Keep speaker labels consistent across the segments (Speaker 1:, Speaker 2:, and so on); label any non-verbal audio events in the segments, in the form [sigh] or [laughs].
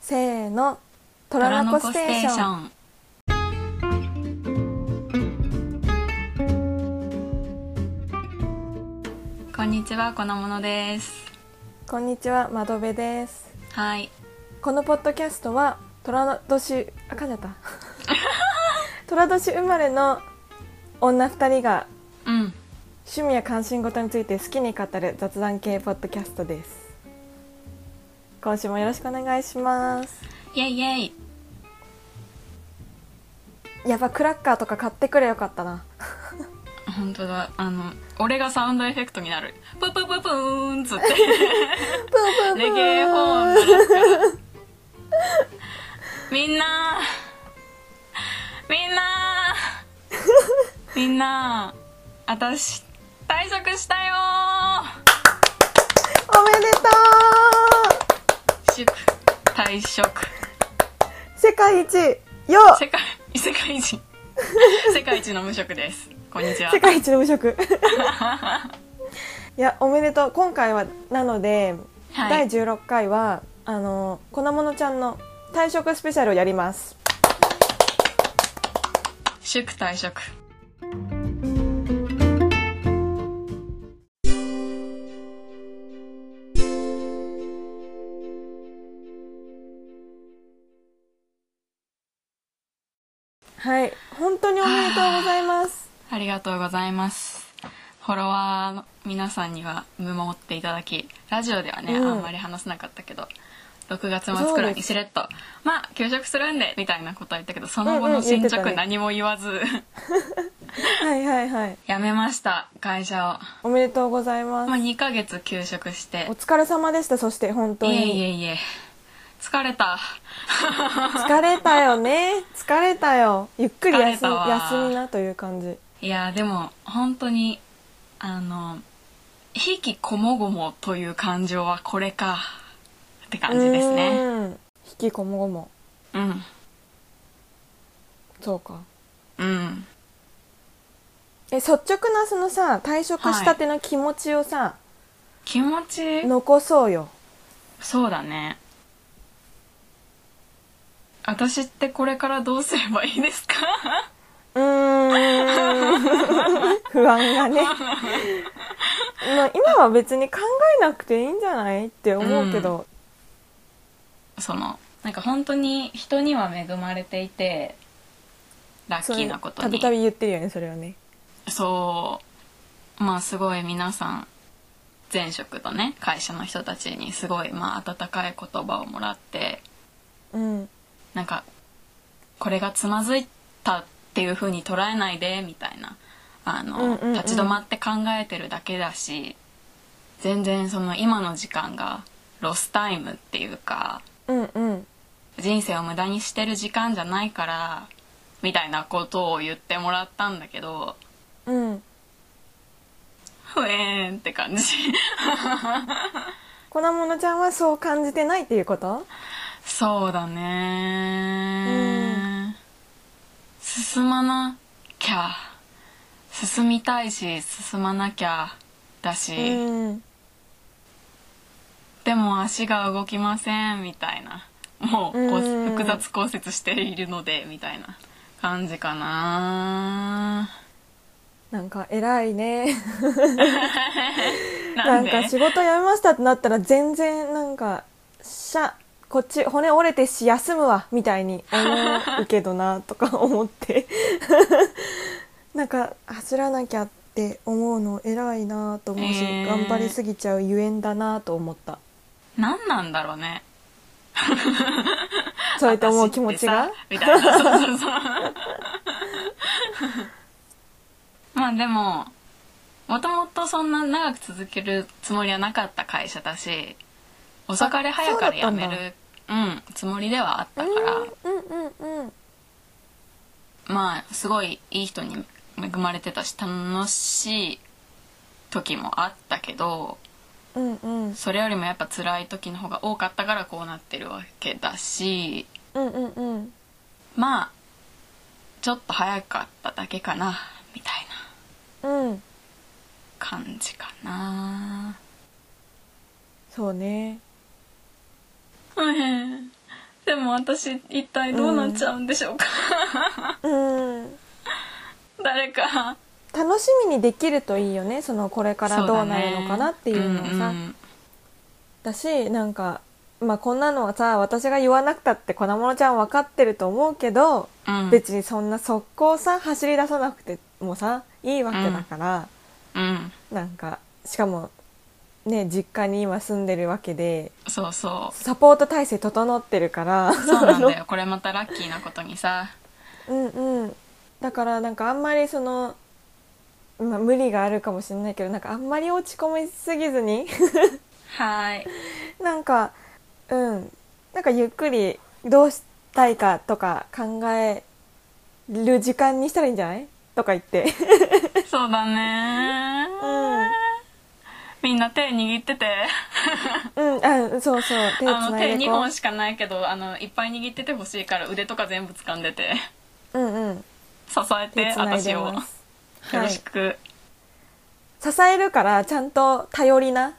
Speaker 1: せーの「ト
Speaker 2: ト
Speaker 1: ラ
Speaker 2: ラ
Speaker 1: ノ
Speaker 2: ノ
Speaker 1: コ
Speaker 2: コ
Speaker 1: ステ
Speaker 2: ステ
Speaker 1: ー
Speaker 2: ー
Speaker 1: シ
Speaker 2: シ
Speaker 1: ョン
Speaker 2: ョン」こんにちは、このものです。
Speaker 1: こんにちは窓辺です
Speaker 2: はい、
Speaker 1: このポッドキャストは虎の年あかんじゃった
Speaker 2: [laughs]
Speaker 1: 虎年生まれの女2人が
Speaker 2: うん、
Speaker 1: 趣味や関心事について好きに語る雑談系ポッドキャストです今週もよろしくお願いします
Speaker 2: イェイイェイ。
Speaker 1: やばクラッカーとか買ってくれよかったな
Speaker 2: 本当だ、あの、俺がサウンドエフェクトになる。プープープープーンっつって、
Speaker 1: [laughs] プープープ
Speaker 2: レ
Speaker 1: ー
Speaker 2: ゲエホーン鳴らすから。みんなみ
Speaker 1: [laughs]
Speaker 2: んなみんな私、退職したよー
Speaker 1: おめでと
Speaker 2: 祝退職
Speaker 1: う世界一よ
Speaker 2: 世界世界
Speaker 1: [laughs]
Speaker 2: 一世界一の無職ですこんにちは
Speaker 1: 世界一の無
Speaker 2: [laughs]
Speaker 1: 職いやおめでとう今回はなので、
Speaker 2: は
Speaker 1: 第
Speaker 2: い、
Speaker 1: 16回はあの粉ものちゃんの退職スペシャルをやります
Speaker 2: 祝退職
Speaker 1: はい本当におめでとうございます
Speaker 2: ありがとうございますフォロワーの皆さんには見守っていただきラジオではね、
Speaker 1: うん
Speaker 2: あんまり話せなかったけど6月末くらいにしれっと「まあ休職するんで」みたいなことは言ったけどその後
Speaker 1: うんう
Speaker 2: の
Speaker 1: ん言っ
Speaker 2: 進
Speaker 1: てたね
Speaker 2: 捗何も言わず [laughs]
Speaker 1: はいはいはい
Speaker 2: 辞めました会社
Speaker 1: お
Speaker 2: を、
Speaker 1: めでとうございます、
Speaker 2: まあ、2ヶ月休職して
Speaker 1: お疲れ様でしたそして本当
Speaker 2: いえい
Speaker 1: に
Speaker 2: えいえ疲れた
Speaker 1: 疲れたよね疲れたよゆっくり
Speaker 2: 疲れ
Speaker 1: 休
Speaker 2: た
Speaker 1: み
Speaker 2: わ
Speaker 1: 休みなという感じ
Speaker 2: いやでも本当にあの「ひきこもごも」という感情はこれかって感じです
Speaker 1: う
Speaker 2: ね
Speaker 1: ーん引きこもごも
Speaker 2: うん
Speaker 1: そうか
Speaker 2: うん
Speaker 1: え率直なそのさ退職したての気持ちをさ、
Speaker 2: 気持ち
Speaker 1: 残そうよ
Speaker 2: そうだね私ってこれからどうすればいいですか [laughs]
Speaker 1: うーん不安がねまあ今は別に考えなくていいんじゃないって思うけど、
Speaker 2: そのなんか本当に人には恵まれていてラッ
Speaker 1: そう
Speaker 2: キ
Speaker 1: い
Speaker 2: ー
Speaker 1: う
Speaker 2: なこと
Speaker 1: たび
Speaker 2: に
Speaker 1: たび言ってるよねそれはね
Speaker 2: そうまあすごい皆さん前職とね会社の人たちにすごいまあ温かい言葉をもらって
Speaker 1: うん
Speaker 2: なんかこれがつまずいたっていう風に捉えないでみたいなあの、
Speaker 1: うんうんうん
Speaker 2: 立ち止まって考えてるだけだし全然その今の時間がロスタイムっていうか
Speaker 1: うんうん
Speaker 2: 人生を無駄にしてる時間じゃないからみたいなことを言ってもらったんだけど
Speaker 1: うん
Speaker 2: ふえーんって感じ。
Speaker 1: 粉ものちゃんはそう感じてないっていうこと
Speaker 2: そうだね、進まなきゃ進みたいし進まなきゃだし、
Speaker 1: うん
Speaker 2: でも足が動きませんみたいなもうこう
Speaker 1: うん
Speaker 2: 複雑骨折しているのでみたいな感じかな
Speaker 1: なんか偉いね
Speaker 2: な
Speaker 1: なんん
Speaker 2: で
Speaker 1: か仕事辞めましたってなったら全然なんかしゃこっち骨折れてし休むわみたいに思うけどなとか思って [laughs] なんか走らなきゃって思うの偉いなと思うし、
Speaker 2: えー
Speaker 1: 頑張りすぎちゃうゆえんだなと思った
Speaker 2: 何なんだろうね
Speaker 1: そうやって思う気持ちが
Speaker 2: 私ってさみたいなそうそうそう
Speaker 1: [laughs]
Speaker 2: まあでももともとそんな長く続けるつもりはなかった会社だし遅かれ早かれ辞め
Speaker 1: そうだ
Speaker 2: るうんつもりではあったから、
Speaker 1: うんうんうん
Speaker 2: まあすごいいい人に恵まれてたし楽しい時もあったけど
Speaker 1: うんうん
Speaker 2: それよりもやっぱ辛い時の方が多かったからこうなってるわけだし
Speaker 1: うんうんうん
Speaker 2: まあちょっと早かっただけかなみたいな
Speaker 1: うん
Speaker 2: 感じかな
Speaker 1: そうね
Speaker 2: うん [laughs] でも私一体どうなっちゃうんでしょうか、
Speaker 1: うん、
Speaker 2: 誰か
Speaker 1: 楽しみにできるといいよねそのこれからどうなるのかなっていうのをさだ,、
Speaker 2: ん
Speaker 1: しなんか、まあ、こんなのはさ私が言わなくたって粉物ちゃん分かってると思うけど、
Speaker 2: うんうん
Speaker 1: 別にそんな速攻さ走り出さなくてもさいいわけだから、
Speaker 2: うん
Speaker 1: なんかしかもね実家に今住んでるわけで
Speaker 2: そうそう
Speaker 1: サポート体制整ってるから [laughs]
Speaker 2: そうなんだよこれまたラッキーなことにさ
Speaker 1: うんうんだからなんかあんまりその、まあ、無理があるかもしれないけどなんかあんまり落ち込みすぎずに [laughs]
Speaker 2: はい
Speaker 1: なんかうんなんかゆっくりどうしたいかとか考える時間にしたらいいんじゃないとか言って、
Speaker 2: そうだねみんな手握ってて
Speaker 1: うん、うんあそうそう手つ
Speaker 2: あの
Speaker 1: な
Speaker 2: 手
Speaker 1: いで
Speaker 2: 2
Speaker 1: こ
Speaker 2: 本しかないけどあのいっぱい握っててほしいから腕とか全部掴んでて
Speaker 1: ううんうん
Speaker 2: 支えて
Speaker 1: 手つない
Speaker 2: 私
Speaker 1: で
Speaker 2: をよ
Speaker 1: ますは
Speaker 2: ろ
Speaker 1: い
Speaker 2: しく
Speaker 1: 支えるからちゃんと頼り
Speaker 2: [laughs]
Speaker 1: な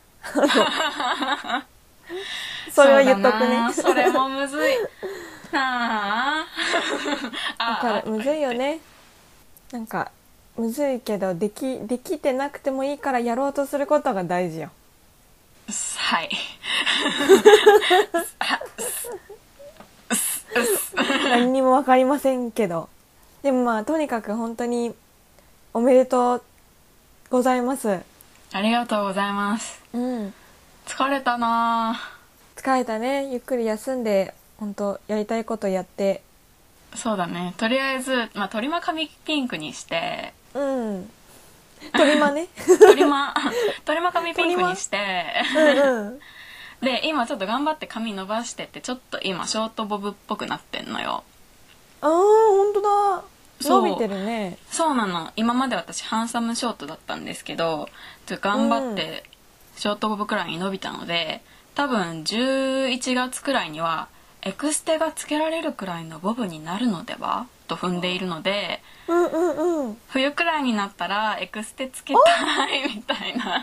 Speaker 1: それは言っとくね
Speaker 2: そうだなそれもむず
Speaker 1: [laughs]
Speaker 2: いなあ
Speaker 1: だ
Speaker 2: あ
Speaker 1: から
Speaker 2: あ
Speaker 1: むずいよねなんかむずいけどできできてなくてもいいからやろうとすることが大事よ
Speaker 2: はい
Speaker 1: [laughs] 何にも分かりませんけどでもまあとにかく本当におめでとうございます
Speaker 2: ありがとうございます
Speaker 1: うん
Speaker 2: 疲れたな
Speaker 1: 疲れたねゆっくり休んで本当やりたいことやって
Speaker 2: あそうだねとりあえず、まあ、鳥間髪ピンク
Speaker 1: [laughs]
Speaker 2: にして
Speaker 1: うん鳥間ね
Speaker 2: 鳥間鳥間髪ピンクにして
Speaker 1: うんうん
Speaker 2: で今ちょっと頑張って髪伸ばしてってちょっと今ショートボブっぽくなってんのよ
Speaker 1: [laughs] ああ本当だ
Speaker 2: そう
Speaker 1: 伸びてるね
Speaker 2: そうなの今まで私ハンサムショートだったんですけどちょっと頑張ってショートボブくらいに伸びたので多分11月くらいにはエクステがつけられるくらいのボブになるのではと踏んでいるので
Speaker 1: うんうんうん
Speaker 2: 冬くらいになったらエクステつけたいみたいな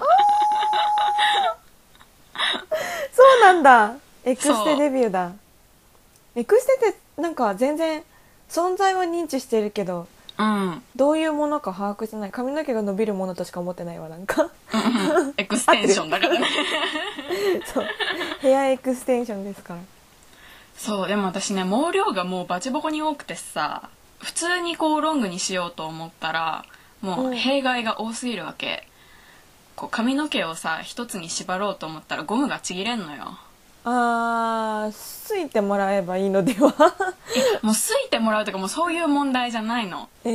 Speaker 1: そうなんだエクス
Speaker 2: そう
Speaker 1: テデビューだエクステってなんか全然存在は認知してるけど
Speaker 2: うんうん
Speaker 1: どういうものか把握してない髪の毛が伸びるものとしか思ってないわなんか
Speaker 2: うんエクステンションだからね
Speaker 1: [laughs] そうヘアエクステンションですから
Speaker 2: そうでも私ね毛量がもうバチボコに多くてさ普通にこうロングにしようと思ったらも
Speaker 1: う
Speaker 2: うん弊害が多すぎるわけ、こう髪の毛をさ一つに縛ろうと思ったらゴムがちぎれんのよ
Speaker 1: あーすいてもらえばいいのでは [laughs]
Speaker 2: もうすいてもらうとかもうそういう問題じゃないの
Speaker 1: え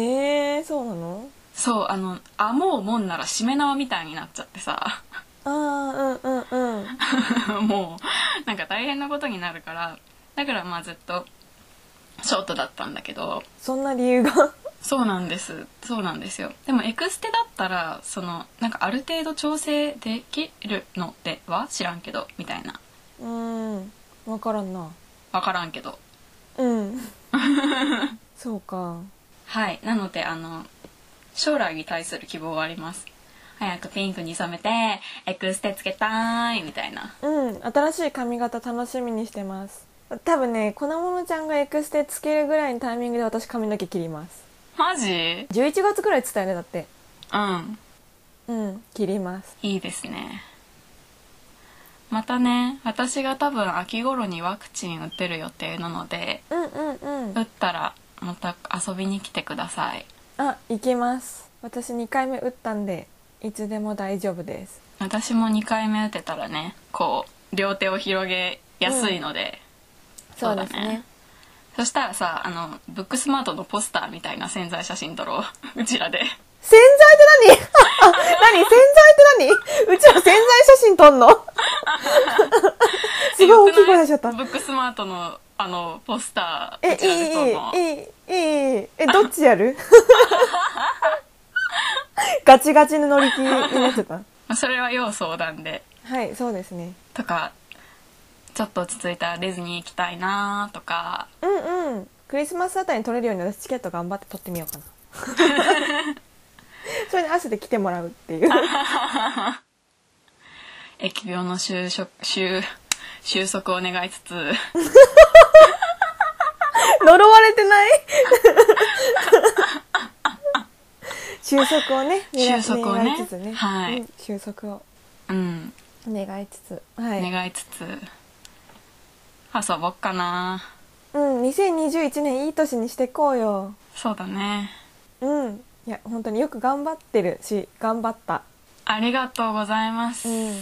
Speaker 1: ー、そうなの
Speaker 2: そうあのあもうもんならしめ縄みたいになっちゃってさ [laughs]
Speaker 1: あーうんうんうん
Speaker 2: もうなんか大変なことになるからだからまあずっとショートだったんだけど
Speaker 1: そんな理由が [laughs]
Speaker 2: そうなんですそうなんですよでもエクステだったらそのなんかある程度調整できるのでは知らんけどみたいな
Speaker 1: うん分からんな
Speaker 2: 分からんけど
Speaker 1: うん [laughs] そうか
Speaker 2: はいなのであの将来に対する希望はあります早くピンクに染めてエクステつけたいみたいな
Speaker 1: うん新しい髪型楽しみにしてます多分ね粉ものちゃんがエクステつけるぐらいのタイミングで私髪の毛切ります
Speaker 2: マジ
Speaker 1: 11月ぐらいっつったよねだって
Speaker 2: うん
Speaker 1: うん切ります
Speaker 2: いいですねまたね私が多分秋頃にワクチン打てる予定なので
Speaker 1: うんうんう
Speaker 2: 打
Speaker 1: ん
Speaker 2: ったらまた遊びに来てください
Speaker 1: あ行きます私2回目打ったんでいつでも大丈夫です
Speaker 2: 私も2回目打てたらねこう両手を広げやすいので、そうだねそしたらさあのブックスマートのポスターみたいな潜在写真撮ろう [laughs] うちらで
Speaker 1: 洗剤って何あ何洗 [laughs] 剤って何うちら洗剤写真撮ん
Speaker 2: [laughs]
Speaker 1: のすごい大きい声出しちゃった
Speaker 2: ブックスマートのあのポスター
Speaker 1: え
Speaker 2: うちらで撮ろう
Speaker 1: いいいいいいいいいえどっちやる [laughs] ガチガチの乗り気になっちゃった
Speaker 2: まあそれは要相談で
Speaker 1: はいそうですね
Speaker 2: とかちょっと落ち着いたらディズニー行きたいなとか
Speaker 1: うんうんクリスマスあたりに取れるように私チケット頑張って取ってみようかな [laughs] それに合わせて来てもらうっていう
Speaker 2: 疫病の収束収収束を願いつつ
Speaker 1: [laughs] 収束をね狙
Speaker 2: 収束をね
Speaker 1: 願いつつね、
Speaker 2: はい
Speaker 1: うん収束を
Speaker 2: うん、
Speaker 1: 願いつつはい、
Speaker 2: 願いつつ遊ぼっかな
Speaker 1: うん2021年いい年にしていこうよ
Speaker 2: そうだね
Speaker 1: うんいや本当によく頑張ってるし頑張った
Speaker 2: ありがとうございます、
Speaker 1: うん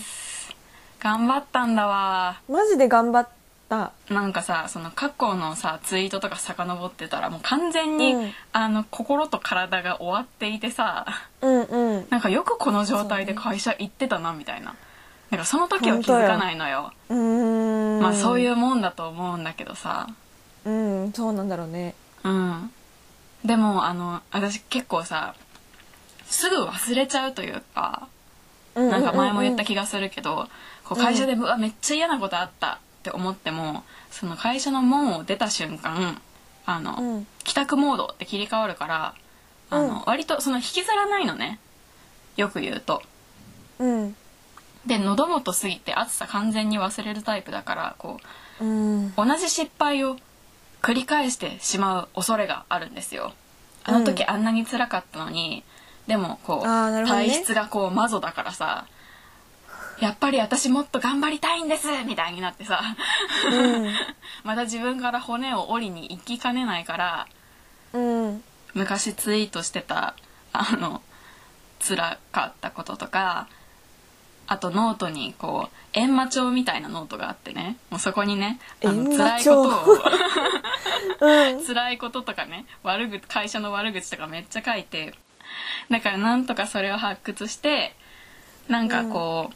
Speaker 2: 頑張ったんだわ
Speaker 1: マジで頑張った
Speaker 2: なんかさその過去のさツイートとか遡ってたらもう完全に、
Speaker 1: うん
Speaker 2: あの心と体が終わっていてさ
Speaker 1: うんうん
Speaker 2: なんかよくこの状態で会社行ってたなみたいななんかその時は気づかないのよ
Speaker 1: うーん
Speaker 2: まあそういううもんだと思うんだけどさ
Speaker 1: うんそうなんだろうね
Speaker 2: うんでもあの私結構さすぐ忘れちゃうというかなんか前も言った気がするけど、こう会社で、うわめっちゃ嫌なことあったって思ってもその会社の門を出た瞬間あの、
Speaker 1: うんうん
Speaker 2: 帰宅モードって切り替わるからあの、
Speaker 1: うん
Speaker 2: 割とその引きずらないのねよく言うと。
Speaker 1: うん
Speaker 2: で喉元過ぎて暑さ完全に忘れるタイプだからこう
Speaker 1: うん
Speaker 2: 同じ失敗を繰り返してしまう恐れがあるんですよ。あの時
Speaker 1: う
Speaker 2: あんなに辛かったのに、でもこう、
Speaker 1: あーなるほどね
Speaker 2: 体質がこうマゾだからさやっぱり私もっと頑張りたいんですみたいになってさまた自分から骨を折りに行きかねないから
Speaker 1: うんうん
Speaker 2: 昔ツイートしてたあの辛かったこととかあとノートにこう閻魔帳みたいなノートがあってねもうそこにねあの
Speaker 1: 閻魔
Speaker 2: 辛いこと
Speaker 1: 帳
Speaker 2: を
Speaker 1: うん
Speaker 2: 辛いこととかね悪口会社の悪口とかめっちゃ書いてだからなんとかそれを発掘してなんかこう、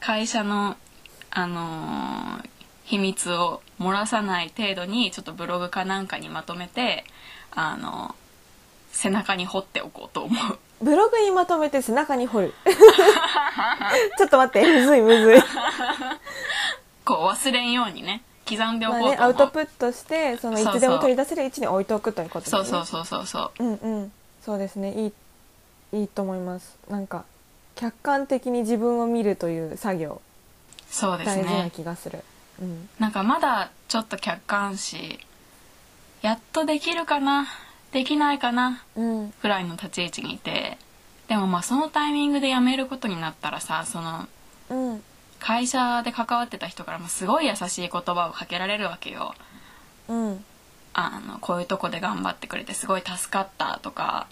Speaker 2: 会社のあのー秘密を漏らさない程度にちょっとブログかなんかにまとめてあの背中に掘っておこうと思う
Speaker 1: ブログにまとめて背中に
Speaker 2: [laughs]
Speaker 1: 掘るちょっと待ってむずいむずい
Speaker 2: こう忘れんようにね刻んでお
Speaker 1: まあ
Speaker 2: こう
Speaker 1: ね、
Speaker 2: と
Speaker 1: ア
Speaker 2: 思
Speaker 1: ウ
Speaker 2: う、
Speaker 1: トプットしてそのい
Speaker 2: そうそ
Speaker 1: つ
Speaker 2: う
Speaker 1: でも取り出せる位置に置いておくということです
Speaker 2: そう
Speaker 1: ね
Speaker 2: そうそうそうそう
Speaker 1: うんうんそうですねいいいいと思いますなんか客観的に自分を見るという作業
Speaker 2: そうです
Speaker 1: 大事な
Speaker 2: ね
Speaker 1: 気がするうん
Speaker 2: なんかまだちょっと客観視やっとできるかなできないかな
Speaker 1: うん
Speaker 2: ぐらいの立ち位置にいてでもまあそのタイミングで辞めることになったらさその
Speaker 1: うん
Speaker 2: 会社で関わってた人からもすごい優しい言葉をかけられるわけよ
Speaker 1: うん
Speaker 2: あのこういうとこで頑張ってくれてすごい助かったとか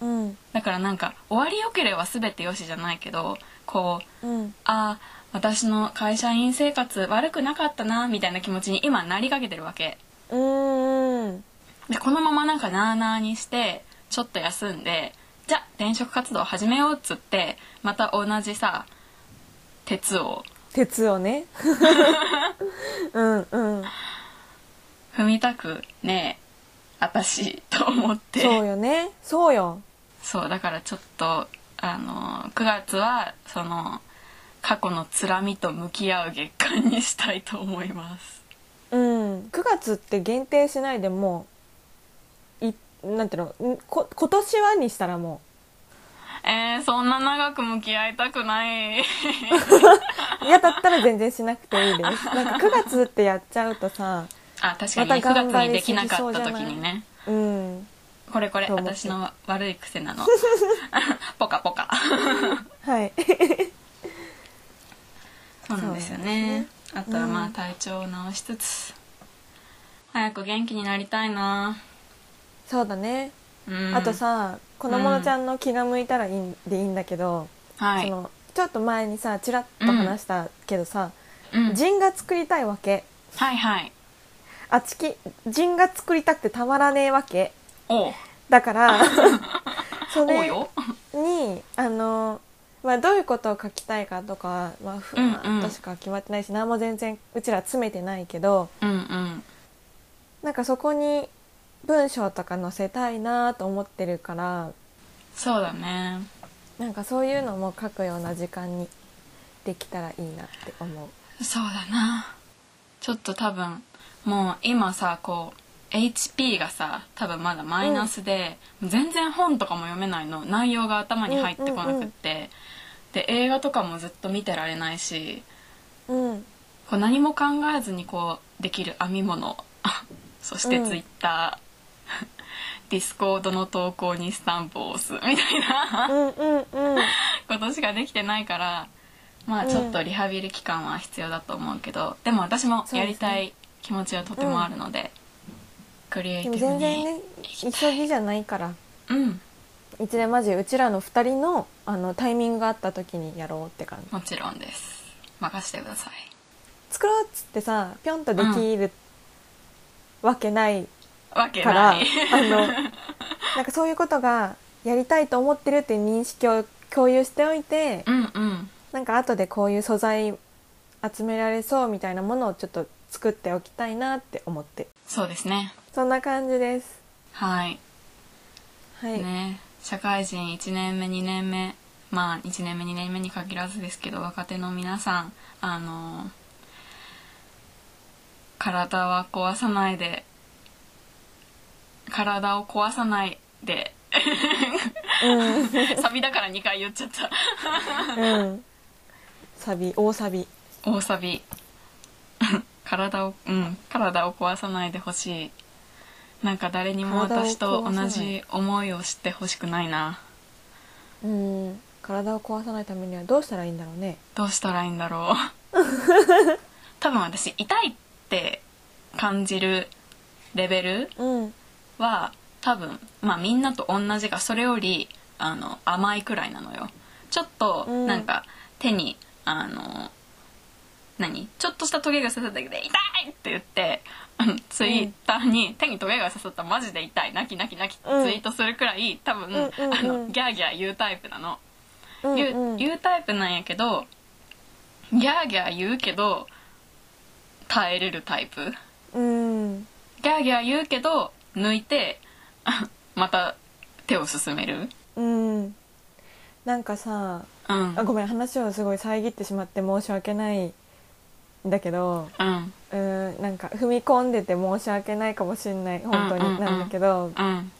Speaker 1: うん
Speaker 2: だからなんか終わりよければ全てよしじゃないけどこう [laughs]
Speaker 1: うん
Speaker 2: ああ私の会社員生活悪くなかったなみたいな気持ちに今なりかけてるわけ
Speaker 1: うん
Speaker 2: でこのままなんかなあなあにしてちょっと休んでじゃあ転職活動始めようっつってまた同じさ鉄を
Speaker 1: 鉄をねうんうん
Speaker 2: 踏みたくねえ私と思って
Speaker 1: そうよねそうよ
Speaker 2: そうだからちょっとあの9月はその過去のつらみと向き合う月間にしたいと思います
Speaker 1: うん9月って限定しないでもういなんていうのんこ今年はにしたらも
Speaker 2: えー、そんな長く向き合いたくない
Speaker 1: う嫌だったら全然しなくて [laughs] いいですなんか9月ってやっちゃうとさ
Speaker 2: あ確かにね、
Speaker 1: また
Speaker 2: 9
Speaker 1: 頑
Speaker 2: 月
Speaker 1: 張
Speaker 2: に
Speaker 1: り
Speaker 2: ですき
Speaker 1: ぎ
Speaker 2: なか
Speaker 1: そ
Speaker 2: っ
Speaker 1: うじ
Speaker 2: た
Speaker 1: ゃない
Speaker 2: 時にね
Speaker 1: うん
Speaker 2: これこれ
Speaker 1: と思って
Speaker 2: 私の悪い癖なのポカポカ
Speaker 1: [laughs] はい
Speaker 2: そうなんですよねあとはまあ体調を直しつつ、早く元気になりたいな
Speaker 1: そうだね、
Speaker 2: うん
Speaker 1: あとさ子供のちゃんの気が向いたらいいんでいいんだけど、
Speaker 2: は
Speaker 1: そ
Speaker 2: い、
Speaker 1: のちょっと前にさちらっと話したけどさ、
Speaker 2: うん、
Speaker 1: 陣が作りたいわけ
Speaker 2: はいはい
Speaker 1: あちき陣が作りたくてたまらねえわけ
Speaker 2: おう
Speaker 1: だから [laughs] そ
Speaker 2: おう
Speaker 1: れ
Speaker 2: よ
Speaker 1: にあの、まあ、どういうことを書きたいかとか、まあ、ふ
Speaker 2: うんうん
Speaker 1: 私か決まってないし何も全然うちら詰めてないけど
Speaker 2: うんうん
Speaker 1: なんかそこに文章とか載せたいなと思ってるから
Speaker 2: そうだね
Speaker 1: なんかそういうのも書くような時間にできたらいいなって思う。
Speaker 2: そうだなちょっと多分もう今さこう HP がさ多分まだマイナスで、全然本とかも読めないの内容が頭に入ってこなくって、で映画とかもずっと見てられないし
Speaker 1: うん
Speaker 2: こう何も考えずにこうできる編み物 [laughs] そして
Speaker 1: うん
Speaker 2: Twitter、ディスコードの投稿にスタンプを押すみたいな
Speaker 1: うんうんうん
Speaker 2: ことしかできてないからまあ
Speaker 1: うん
Speaker 2: ちょっとリハビリ期間は必要だと思うけど、でも私もやりたい気持ちはとてもあるので、クリエイテ
Speaker 1: で
Speaker 2: ィ
Speaker 1: も
Speaker 2: ブに
Speaker 1: 全然ね急ぎじゃないから
Speaker 2: うん
Speaker 1: いつでマジうちらの2人のあのタイミングがあった時にやろうって感じ
Speaker 2: もちろんです任せてください
Speaker 1: 作ろうっつってさぴょんとできるわけない
Speaker 2: わけ
Speaker 1: から、
Speaker 2: ない
Speaker 1: あのなんかそういうことがやりたいと思ってるっていう認識を共有しておいて
Speaker 2: [laughs] うんうん
Speaker 1: なんか後でこういう素材集められそうみたいなものをちょっと作っておきたいなって思って
Speaker 2: そうですね
Speaker 1: そんな感じです
Speaker 2: はい
Speaker 1: はい、
Speaker 2: ね社会人1年目2年目まあ1年目2年目に限らずですけど若手の皆さんあのー体は壊さないで体を壊さない
Speaker 1: [laughs]
Speaker 2: で
Speaker 1: うん
Speaker 2: サビだから2回言っちゃった [laughs]
Speaker 1: うんサビ大サビ
Speaker 2: 大サビ [laughs] 体をうん体を壊さないでほしいなんか誰にも私と
Speaker 1: 体を壊さな
Speaker 2: 同
Speaker 1: い
Speaker 2: じ思いをしてほしくないな
Speaker 1: うん体を壊さないためにはどうしたらいいんだろうね
Speaker 2: どうしたらいいんだろう
Speaker 1: [laughs]
Speaker 2: 多分私痛いって感じるレベル
Speaker 1: うん
Speaker 2: は多分まあみんなと同じがそれよりあの甘いくらいなのよちょっと
Speaker 1: うん
Speaker 2: なんか手に、あの何ちょっとしたトゲが刺さっただけで「痛い!」って言ってうんツイッターに「手にトゲが刺さったマジで痛い泣き泣き泣き」ツイ
Speaker 1: うん
Speaker 2: ートするくらい多分、
Speaker 1: んうんうん
Speaker 2: あのギャーギャー言うタイプな
Speaker 1: う
Speaker 2: の。
Speaker 1: ん
Speaker 2: 言う,、
Speaker 1: うん
Speaker 2: 言うタイプなんやけどギャーギャー言うけど耐えれるタイプ
Speaker 1: うん
Speaker 2: ギャーギャー言うけど抜いて [laughs] あまた手を進める
Speaker 1: うんなんかさ
Speaker 2: うん
Speaker 1: あごめん話をすごい遮ってしまって申し訳ないんだけど
Speaker 2: うん
Speaker 1: うんなんか踏み込んでて申し訳ないかもしんない本当
Speaker 2: うんうんう
Speaker 1: に
Speaker 2: ん
Speaker 1: なんだけど
Speaker 2: うん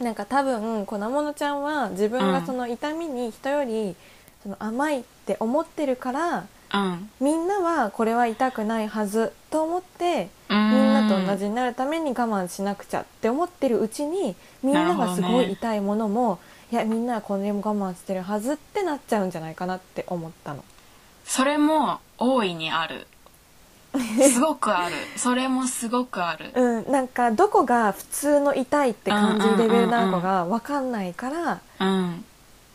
Speaker 1: なんか多分こなものちゃんは自分がその痛みに人よりその甘いって思ってるから
Speaker 2: うん
Speaker 1: みんなはこれは痛くないはずと思って
Speaker 2: み
Speaker 1: みんなと同じになるために我慢しなくちゃって思ってるうちにみんながす
Speaker 2: なるほ
Speaker 1: ご
Speaker 2: どね
Speaker 1: い痛いものも、いやみんなはこれも我慢してるはずってなっちゃうんじゃないかなって思ったの。
Speaker 2: それも大いにあ
Speaker 1: [laughs]
Speaker 2: るすごくあるそれもすごくある
Speaker 1: うん、なんかどこが普通の痛いって感じるレベルなのかが分かんないから
Speaker 2: うん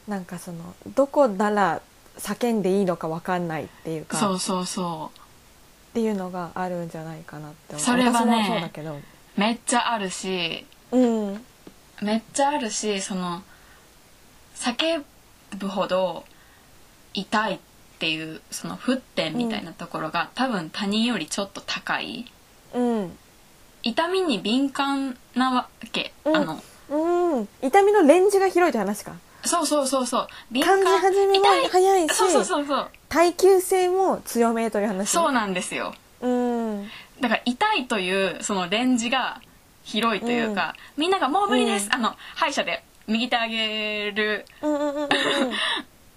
Speaker 1: なんかそのどこなら叫んでいいのか分かんないっていうか
Speaker 2: そう
Speaker 1: っ
Speaker 2: そうそ
Speaker 1: ていうのがあるんじゃないかなって思う
Speaker 2: それ
Speaker 1: 私
Speaker 2: はね
Speaker 1: もそうだけど、
Speaker 2: うめっちゃあるし
Speaker 1: うん、
Speaker 2: めっちゃあるしその叫ぶほど痛いっていうその沸点みたいなところが、多分他人よりちょっと高い
Speaker 1: うん、
Speaker 2: 痛みに敏感なわけ、
Speaker 1: うん
Speaker 2: あの
Speaker 1: うん、痛みのレンジが広いって話か
Speaker 2: そうそうそうそう敏
Speaker 1: 感じ始めも
Speaker 2: 痛い
Speaker 1: 早いし
Speaker 2: そうそうそうそう
Speaker 1: 耐久性も強めという話
Speaker 2: そうなんですよ
Speaker 1: うん
Speaker 2: だから痛いというそのレンジが広いというか、みんなが「もう無理です」
Speaker 1: うん
Speaker 2: あの歯医者で右手あげる
Speaker 1: うんうん
Speaker 2: [laughs]
Speaker 1: うんうんうん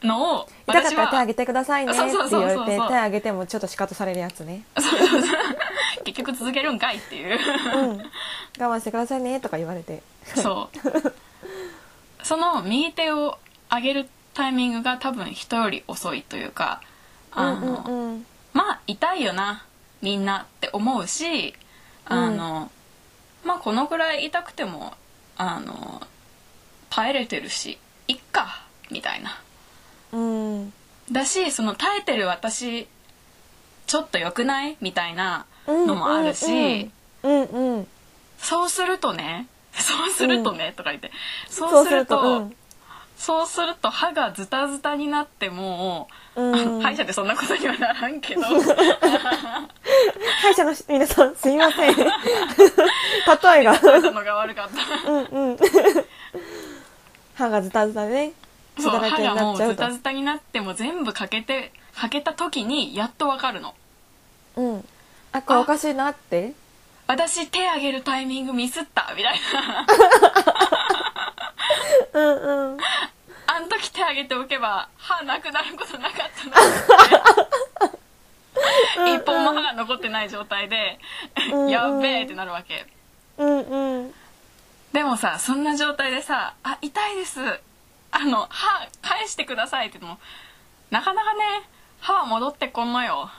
Speaker 2: のを
Speaker 1: 痛かったら
Speaker 2: 私
Speaker 1: 手
Speaker 2: は
Speaker 1: 挙げてくださいねって
Speaker 2: そう
Speaker 1: 言
Speaker 2: そう
Speaker 1: わ
Speaker 2: そうそう
Speaker 1: れて手挙げてもちょっと仕方されるやつ
Speaker 2: [laughs]
Speaker 1: ね
Speaker 2: 結局続けるんかいっていう。
Speaker 1: うん我慢してくださいねとか言われて
Speaker 2: そうその右手を上げるタイミングが多分人より遅いというかあの、
Speaker 1: うんうん
Speaker 2: まあ痛いよなみんなって思うしあの、まあこのぐらい痛くてもあの耐えれてるしいっかみたいな
Speaker 1: うんうん
Speaker 2: だしその耐えてる私ちょっと良くないみたいな
Speaker 1: うん
Speaker 2: のもあるし、
Speaker 1: うんうん
Speaker 2: そうするとね [laughs] そうするとね、とか言ってそ
Speaker 1: そうう
Speaker 2: す
Speaker 1: す
Speaker 2: る
Speaker 1: る
Speaker 2: と
Speaker 1: とうん
Speaker 2: そうすると歯がズタズタになってもう、
Speaker 1: うん
Speaker 2: [laughs] 歯医者でそんなことにはなら
Speaker 1: [laughs]
Speaker 2: んけど
Speaker 1: 歯医者の皆さんすいま
Speaker 2: [laughs]
Speaker 1: せん例えが
Speaker 2: そういうのが悪かっ
Speaker 1: うんうん歯がズタズタでね
Speaker 2: たそ
Speaker 1: [laughs]
Speaker 2: う
Speaker 1: 働
Speaker 2: 歯
Speaker 1: きに
Speaker 2: が
Speaker 1: な
Speaker 2: も
Speaker 1: っ
Speaker 2: う
Speaker 1: ちゃ
Speaker 2: ズ
Speaker 1: うと
Speaker 2: タズタになっても全部欠けて欠けた時にやっとわかるの
Speaker 1: うんあこれおかしいなって
Speaker 2: 私手上げるタイミングミスったみたい
Speaker 1: [laughs]
Speaker 2: な
Speaker 1: うんうん
Speaker 2: あん時手上げておけば歯なくなることなかった
Speaker 1: [laughs]
Speaker 2: のに一本も歯が残ってない状態でやっべえってなるわけ
Speaker 1: うんうん
Speaker 2: でもさそんな状態でさ「あ痛いです」あの「歯返してください」って言ってもなかなかね歯は戻ってこんのよ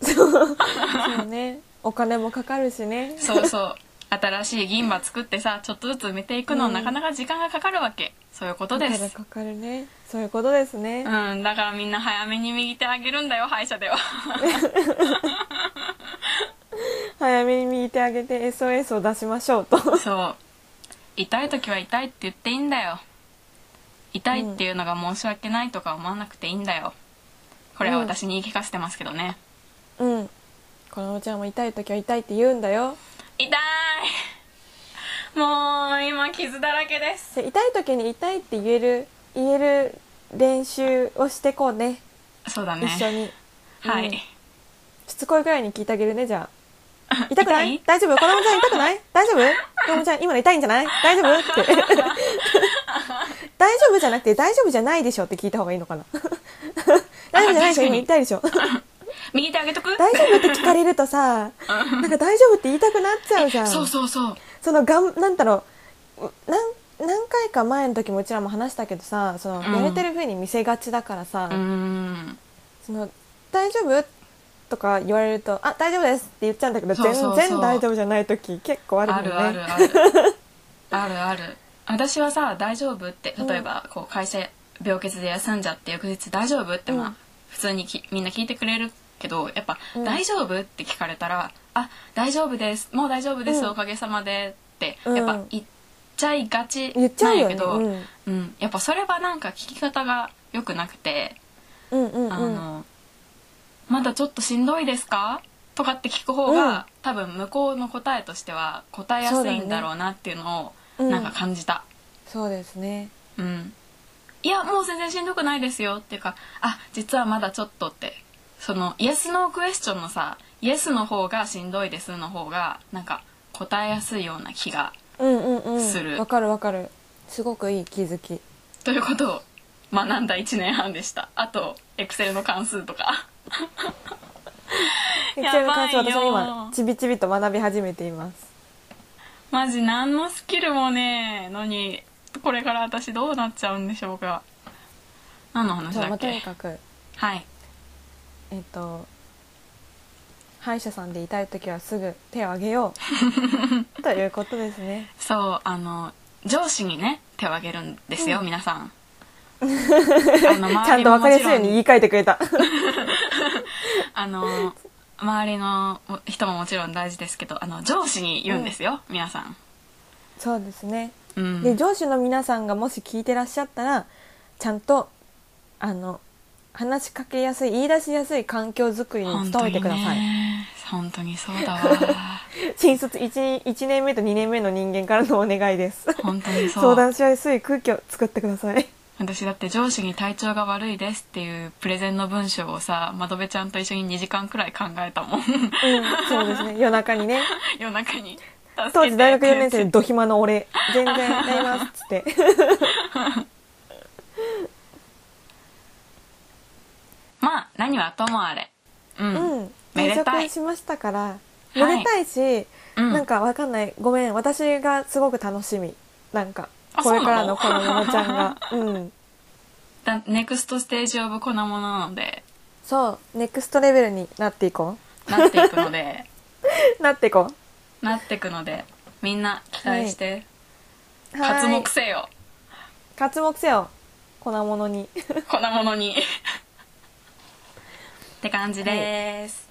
Speaker 1: そうねお金もかかるしね
Speaker 2: そうそう [laughs] 新しい銀歯作ってさちょっとずつ埋めていくの、なかなか時間がかかるわけそういうこと
Speaker 1: お
Speaker 2: で
Speaker 1: 金
Speaker 2: す
Speaker 1: かかるねそういうことですね、
Speaker 2: うんだからみんな早めに右手あげるんだよ歯医者で [laughs] は
Speaker 1: 早めに右手上げて SOS を出しましょうと
Speaker 2: そう痛い時は痛いって言っていいんだよ痛いっていうのが申し訳ないとか思わなくていいんだよこれは私に言い聞かせてますけどね、
Speaker 1: うんこのおちゃんも痛い時は痛いって言うんだよ
Speaker 2: 痛いもう今傷だらけです
Speaker 1: で痛い時に痛いって言える言える練習をしてこうね
Speaker 2: そうだね
Speaker 1: 一緒に、
Speaker 2: はい、
Speaker 1: うんしつこいぐらいに聞いてあげるねじゃあ痛くない
Speaker 2: 痛い
Speaker 1: 大丈夫子供ちゃん痛くない大丈夫子供ちゃん今の痛いんじゃない大丈夫
Speaker 2: [laughs]
Speaker 1: って大丈夫じゃなくて大丈夫じゃないでしょって聞いた方がいいのかな大丈夫じゃないでしょ
Speaker 2: 確かに
Speaker 1: 今痛いでしょ
Speaker 2: [laughs] 右手あげとく
Speaker 1: 大丈夫って聞かれるとさなんか大丈夫って言いたくなっちゃうじゃん
Speaker 2: そうそうそう
Speaker 1: そのがんなんだろううなん何回か前の時もうちらも話したけどさその、
Speaker 2: う
Speaker 1: や
Speaker 2: ん
Speaker 1: れてる風に見せがちだからさ、
Speaker 2: うーん
Speaker 1: その大丈夫とか言われると「あ大丈夫です」って言っちゃうんだけど
Speaker 2: そうそうそう
Speaker 1: 全然大丈夫じゃない時結構あるよ
Speaker 2: あ
Speaker 1: ね
Speaker 2: るあるあるあるある私はさ「大丈夫?」って例えばこう会社病欠で休んじゃって翌日「大丈夫?」ってまあ、
Speaker 1: うん
Speaker 2: 普通にきみんな聞いてくれるけどやっぱ「
Speaker 1: うん
Speaker 2: 大丈夫?」って聞かれたら「あ大丈夫ですもう大丈夫です、
Speaker 1: うん
Speaker 2: おかげさまで」って
Speaker 1: うん
Speaker 2: やっぱ言っちゃいがち
Speaker 1: 言っち
Speaker 2: な
Speaker 1: ゃうんよ
Speaker 2: や
Speaker 1: ね
Speaker 2: けど、
Speaker 1: うん
Speaker 2: うんやっぱそれはなんか聞き方が良くなくて。
Speaker 1: うんうん
Speaker 2: あ
Speaker 1: うん
Speaker 2: の、まだちょっとしんどいですかとかって聞く方が、
Speaker 1: うん
Speaker 2: 多分向こうの答えとしては答えやすいんだろうなっていうの
Speaker 1: そう
Speaker 2: を
Speaker 1: だ
Speaker 2: な
Speaker 1: ね
Speaker 2: んか感じた。
Speaker 1: そうですね
Speaker 2: うん。いや、もう全然しんどくないですよっていうか、あ、実はまだちょっとって。その、イエスノークエスチョンのさ、イエスの方がしんどいですの方が、なんか答えやすいような気が。
Speaker 1: うんうんうん
Speaker 2: する
Speaker 1: わかるわかるすごくいい気づき
Speaker 2: ということを学んだ1年半でした。あと、エクセルの関数とか。
Speaker 1: エ
Speaker 2: や
Speaker 1: クセルの
Speaker 2: ば
Speaker 1: 関
Speaker 2: い
Speaker 1: 数
Speaker 2: よ
Speaker 1: 私は今ちびちびと学び始めています
Speaker 2: マジ何のスキルもねえのにこれから私どうなっちゃうんでしょうか何の話
Speaker 1: そう、
Speaker 2: だ
Speaker 1: まあ、
Speaker 2: っ
Speaker 1: とに
Speaker 2: け
Speaker 1: かく
Speaker 2: はい
Speaker 1: えっと歯医者さんで痛い時はすぐ手を挙げよ
Speaker 2: [laughs]
Speaker 1: うということですね
Speaker 2: そうあの上司にね手を挙げるんですよ、皆さん
Speaker 1: [laughs]
Speaker 2: ち
Speaker 1: ちゃんとわかりやすいように言い換えてくれ
Speaker 2: [laughs]
Speaker 1: た
Speaker 2: あの周りの人ももちろん大事ですけどあの上司に言うんですよ、皆さん
Speaker 1: そうですね
Speaker 2: うん
Speaker 1: で上司の皆さんがもし聞いてらっしゃったらちゃんとあの話しかけやすい言い出しやすい環境づくりに
Speaker 2: 本
Speaker 1: 努
Speaker 2: 当
Speaker 1: めて
Speaker 2: に
Speaker 1: ください、
Speaker 2: ね本当にそう
Speaker 1: [laughs]
Speaker 2: だわ
Speaker 1: 新卒 1, 1年目と2年目の人間からのお願いです
Speaker 2: 本当にそう
Speaker 1: 相談しやすい空気を作ってくだ
Speaker 2: [laughs]
Speaker 1: さい
Speaker 2: 私だって上司に体調が悪いですっていうプレゼンの文章をさ窓辺ちゃんと一緒に2時間くらい考えたもん [laughs]
Speaker 1: うんそうですね夜中にね
Speaker 2: 夜中に助けて
Speaker 1: 当時大学4年生
Speaker 2: っ
Speaker 1: でド暇の俺全然やりますっつって
Speaker 2: てまあ何はともあれ [laughs] うん、
Speaker 1: うん
Speaker 2: め
Speaker 1: 退
Speaker 2: でた
Speaker 1: 職
Speaker 2: い
Speaker 1: しましたから
Speaker 2: はい
Speaker 1: めでたいし、
Speaker 2: うん
Speaker 1: なんかわかんないごめん私がすごく楽しみなんか
Speaker 2: あ
Speaker 1: これからの
Speaker 2: そ
Speaker 1: こ
Speaker 2: うな
Speaker 1: の
Speaker 2: の
Speaker 1: ももちゃん
Speaker 2: [laughs]
Speaker 1: がうん
Speaker 2: だネクストステージオブこのものなので
Speaker 1: そうネクストレベルになっていこ
Speaker 2: なっていくの
Speaker 1: [laughs]
Speaker 2: で
Speaker 1: うなっていこ
Speaker 2: なっていくのでみんな期待して
Speaker 1: うは
Speaker 2: 活
Speaker 1: ーい
Speaker 2: 目せよ
Speaker 1: 活目せよ粉物に
Speaker 2: 粉もの
Speaker 1: [laughs]
Speaker 2: にって感じです、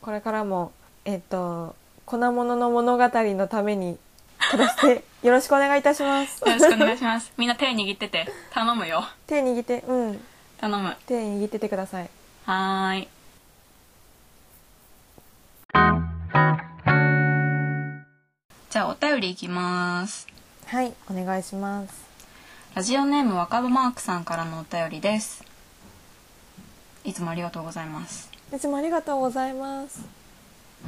Speaker 1: これからもえっ、と粉物の物語のために暮らして
Speaker 2: [laughs]
Speaker 1: よろしくお願いいたします
Speaker 2: よろしくお願いしますみんな手握ってて頼むよ
Speaker 1: [laughs] 手握ってうん
Speaker 2: 頼む
Speaker 1: 手握っててください
Speaker 2: はーいじゃあお便りいきます
Speaker 1: はいお願いします
Speaker 2: ラジオネーム若葉マークさんからのお便りですいつもありがとうございます
Speaker 1: いつもありがとうございます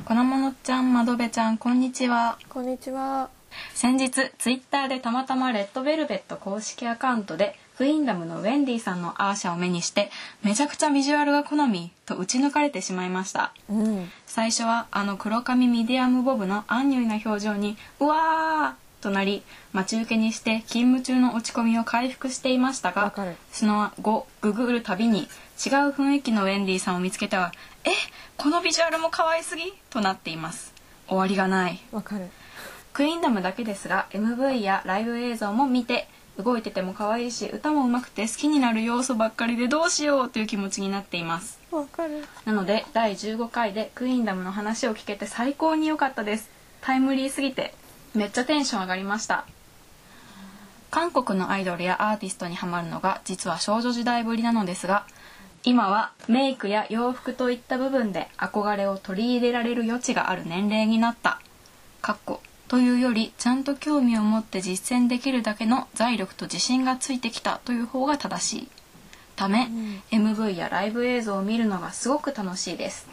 Speaker 2: 粉ものちゃんまどべちゃんこんにちは
Speaker 1: こんにちは
Speaker 2: 先日ツイッターでたまたまレッドベルベット公式アカウントでクイーンダムのウェンディさんのアーシャを目にしてめちゃくちゃビジュアルが好みと打ち抜かれてしまいました
Speaker 1: うん
Speaker 2: 最初はあの黒髪ミディアムボブの安ュイな表情に「うわー!」となり待ち受けにして勤務中の落ち込みを回復していました
Speaker 1: わ
Speaker 2: が
Speaker 1: かる
Speaker 2: その後ググるたびに違う雰囲気のウェンディさんを見つけては「えこのビジュアルも可愛すぎ!」となっています終わりがない
Speaker 1: わかる
Speaker 2: クイーンダムだけですが MV やライブ映像も見て動いてても可愛いし歌も上手くて好きになる要素ばっかりでどうしようという気持ちになっています
Speaker 1: わかる
Speaker 2: なので第15回でクイーンダムの話を聞けて最高に良かったですタイムリーすぎてめっちゃテンション上がりました韓国のアイドルやアーティストにハマるのが実は少女時代ぶりなのですが今はメイクや洋服といった部分で憧れを取り入れられる余地がある年齢になったかっこというよりちゃんと興味を持って実践できるだけの財力と自信がついてきたという方が正しいため、MV やライブ映像を見るのがすごく楽しいです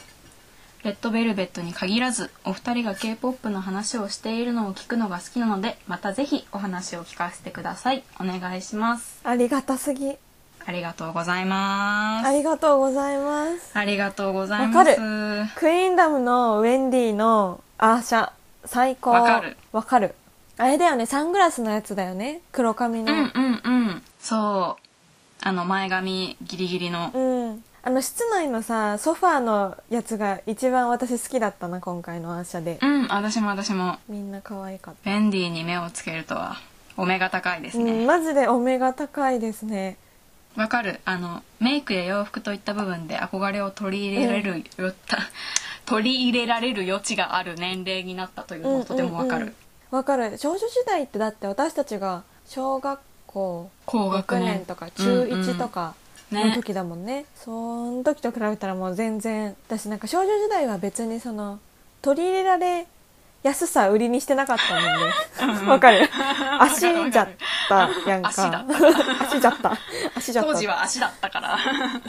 Speaker 2: レッドベルベットに限らずお二人が k p o p の話をしているのを聞くのが好きなのでまたぜひお話を聞かせてくださいお願いします
Speaker 1: ありがたすぎ
Speaker 2: ありがとうございます
Speaker 1: ありがとうございます
Speaker 2: ありがとうございます
Speaker 1: わかクイーンダムのウェンディのアーシャ最高
Speaker 2: わかる
Speaker 1: わかるあれだよねサングラスのやつだよね黒髪
Speaker 2: う
Speaker 1: の
Speaker 2: んうんうんそうあの前髪ギリギリの
Speaker 1: うんあの室内のさソファーのやつが一番私好きだったな今回のアーシャで
Speaker 2: うん私も私も
Speaker 1: みんな可愛かっ
Speaker 2: ベンディに目をつけるとはお目が高いで
Speaker 1: た、
Speaker 2: す
Speaker 1: う
Speaker 2: ね
Speaker 1: ん、マジでお目が高いですね
Speaker 2: わかるあのメイクや洋服といった部分で憧れを取り入れられる、よった [laughs] 取り入れられる余地がある年齢になったというのもとてもわかる、
Speaker 1: うんうんうんわかる少女時代ってだって私たちが小学校
Speaker 2: 高学
Speaker 1: 6
Speaker 2: 年
Speaker 1: 年とか中1とかの
Speaker 2: ね
Speaker 1: 時だもんね,、その時と比べたらもう全然私なんか少女時代は別にその取り入れられやすさ売りにしてなかったもんねわかる足じゃったやんか
Speaker 2: 足だっ
Speaker 1: 足じゃった足じゃった
Speaker 2: 当時は足だったから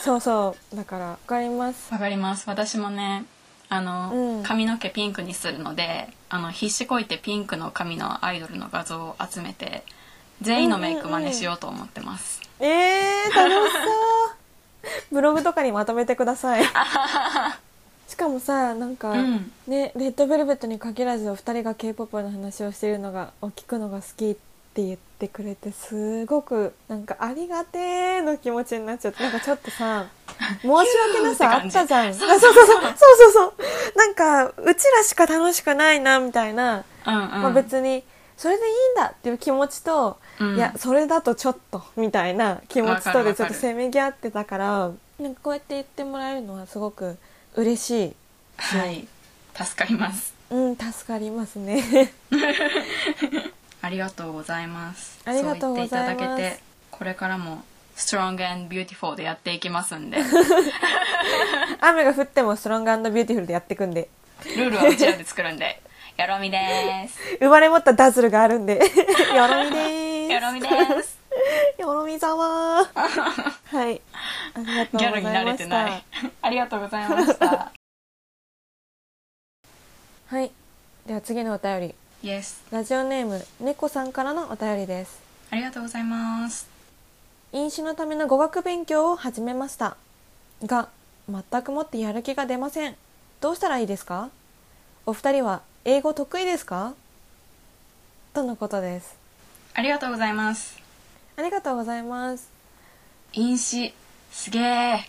Speaker 1: そうそうだからわかります
Speaker 2: わかります私もねあの、
Speaker 1: うん
Speaker 2: 髪の毛ピンクにするのであの必死こいてピンクの髪のアイドルの画像を集めて全員のメイク真似しようと思ってます、
Speaker 1: えー、楽しそうブログとかにまとめてくださいしかもさなんか、
Speaker 2: うん
Speaker 1: ねレッドベルベットに限らずお二人が k p o p の話をしているのがを聞くのが好きって言ってくれてすごくなんかありがてーの気持ちになっちゃってなんかちょっとさ申し訳なさあったじゃんそうそうそうそうそうそうなんかうちらしか楽しくないなみたいな、
Speaker 2: うんうん、
Speaker 1: まあ、別にそれでいいんだっていう気持ちと
Speaker 2: うん
Speaker 1: いやそれだとちょっとみたいな気持ちとでちょっとせめぎ合ってたからなんかこうやって言ってもらえるのはすごく嬉しい
Speaker 2: はい助かります
Speaker 1: うん助かりますね [laughs]
Speaker 2: ありがとうございます。
Speaker 1: ありがとうございます
Speaker 2: そう言っていただけて、これからも strong and beautiful でやっていきますんで、ル [laughs]
Speaker 1: 雨が降ってもストロングビューティフルでやってくんで
Speaker 2: ールはうちらで作るんで、よろみです。
Speaker 1: 生まれ持ったダズルがあるんで [laughs] よろみで
Speaker 2: よろみですす。
Speaker 1: [laughs] よろみざまはいありがとうご
Speaker 2: ギ
Speaker 1: ざ
Speaker 2: ャル
Speaker 1: い
Speaker 2: に慣れ
Speaker 1: ま
Speaker 2: て
Speaker 1: し
Speaker 2: ない
Speaker 1: た。
Speaker 2: ありがとうございました。
Speaker 1: はいでは次のお便り
Speaker 2: yes。
Speaker 1: ラジオネーム猫さんからのお便りです
Speaker 2: ありがとうございます。
Speaker 1: 飲酒のための語学勉強を始めましたが全くもってやる気が出ませんどうしたらいいですかお二人は英語得意ですかとのことです
Speaker 2: ありがとうございます。
Speaker 1: ありがとうございます
Speaker 2: 飲酒、すげえ。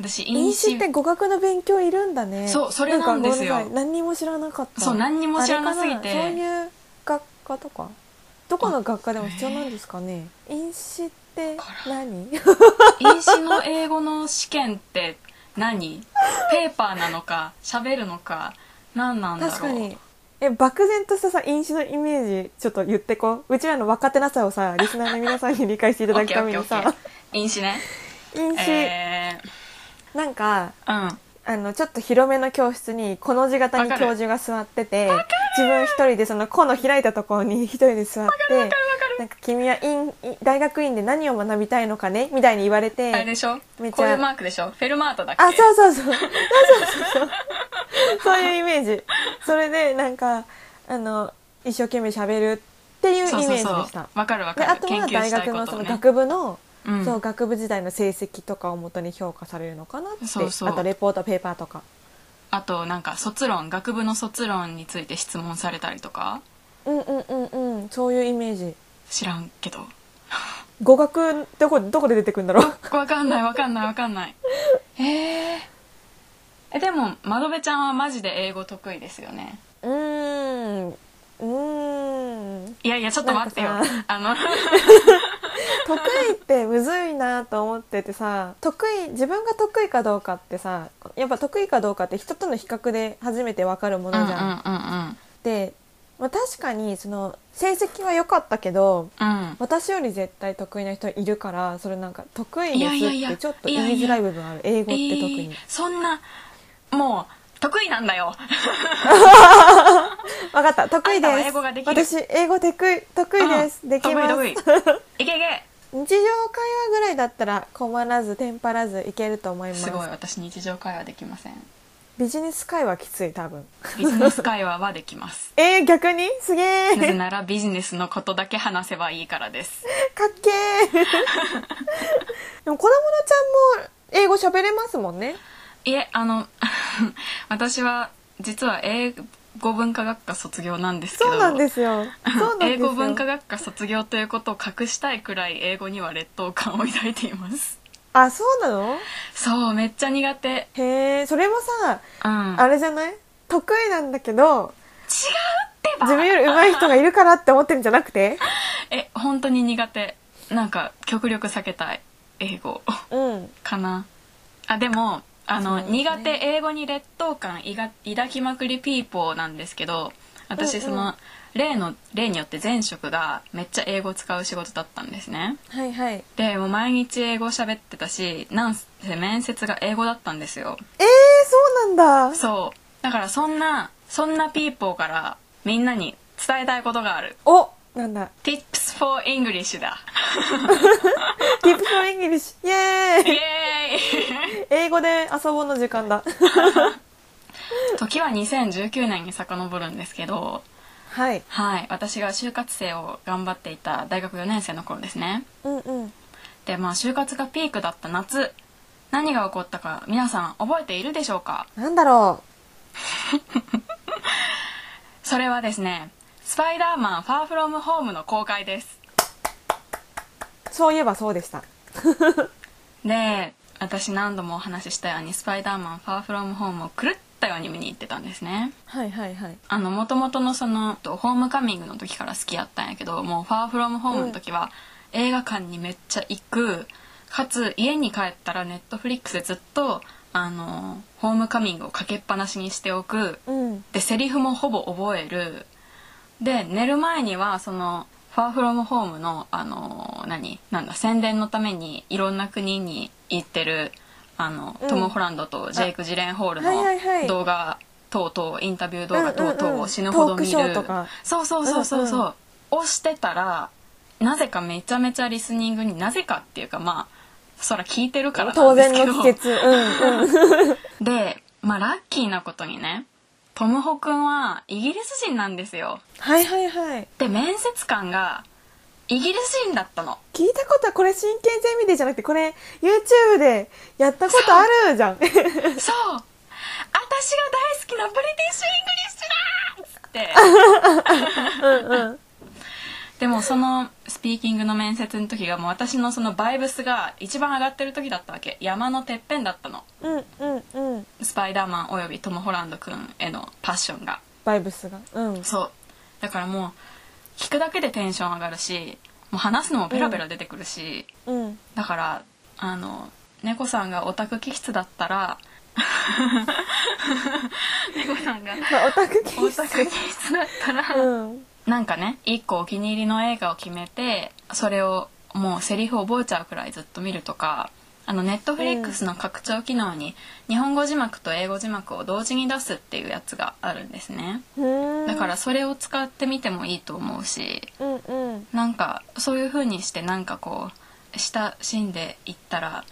Speaker 2: 私飲
Speaker 1: 飲
Speaker 2: 酒
Speaker 1: 酒って語学の勉強いるんだね
Speaker 2: そうそれなんですよ
Speaker 1: かごめんなさい何にも知らなかった
Speaker 2: そう何にも知らなすぎ
Speaker 1: あ
Speaker 2: て
Speaker 1: れかなそういう学科とかどこの学科でも必要なんですかね飲酒って何
Speaker 2: 飲酒の英語の試験って何？ペーパーなのか、喋るのか、何なんだろう。
Speaker 1: [laughs] 確かにえ漠然としたさ飲酒のイメージちょっと言ってこううちらの若手なさをさリスナーの皆さんに理解していただくために
Speaker 2: オッケーオッ
Speaker 1: さ
Speaker 2: ケーオッケー飲酒ね。
Speaker 1: 飲酒、
Speaker 2: え
Speaker 1: なんか
Speaker 2: ー、うん。
Speaker 1: あのちょっと広めの教室にこの字型に
Speaker 2: わかる
Speaker 1: 教授が座ってて自分一人でその「こ」の開いたところに一人で座って「なんか君は院大学院で何を学びたいのかね?」みたいに言われて
Speaker 2: あれでしょ
Speaker 1: めっちゃ
Speaker 2: こういうマークでしょフェルマートだっけ
Speaker 1: あ、そうそうそう。そうそうそう。そういうイメージ。それで、なんか、あの、一生懸命喋るっていうイメ
Speaker 2: そう
Speaker 1: ージ
Speaker 2: そう
Speaker 1: でし
Speaker 2: そう
Speaker 1: た。
Speaker 2: わかるわか
Speaker 1: で、
Speaker 2: る
Speaker 1: あとは大学のその学部の、
Speaker 2: うん
Speaker 1: そう、学部時代の成績とかをもとに評価されるのかなって。
Speaker 2: そうそう
Speaker 1: あと、レポート、ペーパーとか。
Speaker 2: あとなんか卒論学部の卒論について質問されたりとか
Speaker 1: うんうんうんうんそういうイメージ
Speaker 2: 知らんけど
Speaker 1: 語学どこどこで出てくるんだろう
Speaker 2: わかんないわかんないわかん
Speaker 1: [laughs]
Speaker 2: ないえー、えでも窓辺ちゃんはマジで英語得意ですよね
Speaker 1: うーんうーん
Speaker 2: いやいやちょっと待ってよ
Speaker 1: なんかさ
Speaker 2: あの
Speaker 1: 得意ってむずいなと思っててさ得意自分が得意かどうかってさやっぱ得意かどうかって人との比較で初めて分かるも
Speaker 2: うんう
Speaker 1: の
Speaker 2: ん
Speaker 1: じ
Speaker 2: う
Speaker 1: ゃん。
Speaker 2: ん
Speaker 1: で、まあ、確かにその成績は良かったけど
Speaker 2: うんうん
Speaker 1: 私より絶対得意な人いるからそれなんか得意
Speaker 2: い
Speaker 1: で
Speaker 2: やい
Speaker 1: す
Speaker 2: やいや
Speaker 1: ってちょっと言いづらい部分ある英語って特に、
Speaker 2: えーそんなもう得意なんだよ
Speaker 1: 分かった得意で
Speaker 2: あんたは
Speaker 1: す
Speaker 2: 英語ができる
Speaker 1: 私英語得意得意です、
Speaker 2: うん
Speaker 1: できます
Speaker 2: 得意得 [laughs] 意いけい
Speaker 1: 日常会話ぐらいだったら困らずテンパらずいけると思い
Speaker 2: け
Speaker 1: ます
Speaker 2: すごい私日常会話できません
Speaker 1: ビジネス会話きつい多分
Speaker 2: [laughs]
Speaker 1: [laughs]
Speaker 2: ビジネス会話はできます
Speaker 1: えー、逆にすげ
Speaker 2: [laughs] なぜ
Speaker 1: え
Speaker 2: ならビジネスのことだけ話せばいいからです
Speaker 1: かっけえ [laughs] でも子供のちゃんも英語喋れますもんね
Speaker 2: いえあの [laughs] 私は実は英語文化学科卒業なんですけど
Speaker 1: そうなんですよそうなんで
Speaker 2: 英
Speaker 1: すよ
Speaker 2: 語文化学科卒業ということを隠したいくらい英語には劣等感を抱いています
Speaker 1: あそうなの
Speaker 2: そうめっちゃ苦手
Speaker 1: へえそれもさ
Speaker 2: うん
Speaker 1: あれじゃない得意なんだけど
Speaker 2: でば
Speaker 1: 自分より上手い人がいるからって思ってるんじゃなくて
Speaker 2: え本当に苦手なんか極力避けたい英語
Speaker 1: うん
Speaker 2: かなあでもあ
Speaker 1: そ
Speaker 2: の、
Speaker 1: うですね
Speaker 2: 苦手英語に劣等感いが抱きまくりピーポーなんですけ
Speaker 1: う
Speaker 2: ど
Speaker 1: ん
Speaker 2: 私
Speaker 1: うん
Speaker 2: その、例の例によって前職がめっちゃ英語使う仕事だったんですね
Speaker 1: はいはい
Speaker 2: でもう毎日英語喋ってたしなんせ面接が英語だったんですよ
Speaker 1: えー、そうなんだ
Speaker 2: そうだからそんなそんなピーポーからみんなに伝えたいことがある
Speaker 1: おなんだ
Speaker 2: Tips for
Speaker 1: [laughs]
Speaker 2: English だ
Speaker 1: ティップ for English イエ
Speaker 2: イ
Speaker 1: ーイ
Speaker 2: エーイ
Speaker 1: 英語で遊ぼうの時間だ
Speaker 2: [laughs] 時は2019年に遡るんですけど、
Speaker 1: はい
Speaker 2: はい、私が就活生を頑張っていた大学4年生の頃ですね
Speaker 1: うんうん
Speaker 2: でまあ就活がピークだった夏何が起こったか皆さん覚えているでしょうか
Speaker 1: なんだろ
Speaker 2: それはですね「スパイダーマンファーフロムホーム」の公開です
Speaker 1: うそういえばそうでした
Speaker 2: で私何度もお話ししたように「スパイダーマンファーフロムホーム」を狂ったように見に行ってたんですね
Speaker 1: はいはいはい
Speaker 2: あの元々のそのとホームカミングの時から好きやったんやけどもう「ファーフロムホームの時は映画館にめっちゃ行くかつ家に帰ったらネットフリックスでずっとあのホームカミングをかけっぱなしにしておく
Speaker 1: うん
Speaker 2: でセリフもほぼ覚えるで寝る前にはその「ファーフロムホームの」あの何なんだ宣伝のためにいろんな国に行ってるあの、
Speaker 1: うん
Speaker 2: トム・ホランドとジェイク・ジレンホール
Speaker 1: はいはいはい
Speaker 2: の動画等々インタビュー動画等
Speaker 1: うんうんう
Speaker 2: 々
Speaker 1: ん
Speaker 2: を死ぬほど見る、
Speaker 1: トークショーとか
Speaker 2: そうそうそうそうそう、
Speaker 1: うんうん
Speaker 2: 押してたらなぜかめちゃめちゃリスニングになぜかっていうかまあそら聞いてるからな
Speaker 1: 当
Speaker 2: んです
Speaker 1: 然
Speaker 2: けど
Speaker 1: の季節うんうん
Speaker 2: で、まあ、ラッキーなことにねトムホ君はイギリス人なんですよ
Speaker 1: はいはいはい
Speaker 2: で面接官がイギリス人だったの
Speaker 1: 聞いたことこれ真剣ゼミでじゃなくてこれ YouTube でやったことあるじゃん
Speaker 2: そう私が大好きなブリティッシュ・イングリッシュだーっつって
Speaker 1: うんうん
Speaker 2: でもそのスピーキングの面接の時がもう私のそのバイブスが一番上がってる時だったわけ山のてっぺんだったの
Speaker 1: うんうんうん
Speaker 2: スパイダーマンおよびトム・ホランド君へのパッションが
Speaker 1: バイブスがうん
Speaker 2: そうだからもう聞くだけでテンション上がるしもう話すのもペラペラ出てくるし、
Speaker 1: うん
Speaker 2: だからあの猫さんがオタク気質だったら [laughs] 猫さんが
Speaker 1: まあオタク
Speaker 2: オ
Speaker 1: 気質
Speaker 2: タク気質だったら、
Speaker 1: うん
Speaker 2: なんかね一個お気に入りの映画を決めてそれをもうセリフ覚えちゃうくらいずっと見るとかあのネットフリックスの拡張機能に日本語字幕と英語字幕を同時に出すっていうやつがあるんですね
Speaker 1: うん
Speaker 2: だからそれを使ってみてもいいと思うし
Speaker 1: うんうん
Speaker 2: なんかそういう風にしてなんかこう親しんでいったら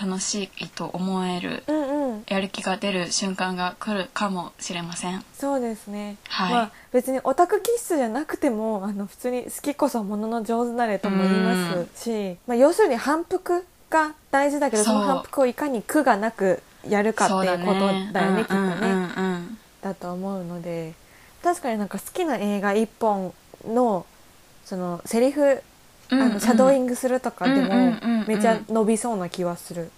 Speaker 2: 楽しいと思える
Speaker 1: うんうん
Speaker 2: やる気が出る瞬間が来るかもしれません
Speaker 1: そうですね、
Speaker 2: はい
Speaker 1: まあ別にオタク気質じゃなくてもあの普通に好きこそものの上手なれとも言いますし、まあ、要するに反復が大事だけど
Speaker 2: そ
Speaker 1: そうの反復をいかに苦がなくやるかっていうことだよねきっとね、
Speaker 2: うんうんうん
Speaker 1: だと思うので確かになんか好きな映画一本のそのセリフあ
Speaker 2: うん
Speaker 1: のシャドーイ
Speaker 2: ン
Speaker 1: ングするとかで
Speaker 2: うんう
Speaker 1: も
Speaker 2: んうんうん
Speaker 1: めっちゃ伸びそうな気はする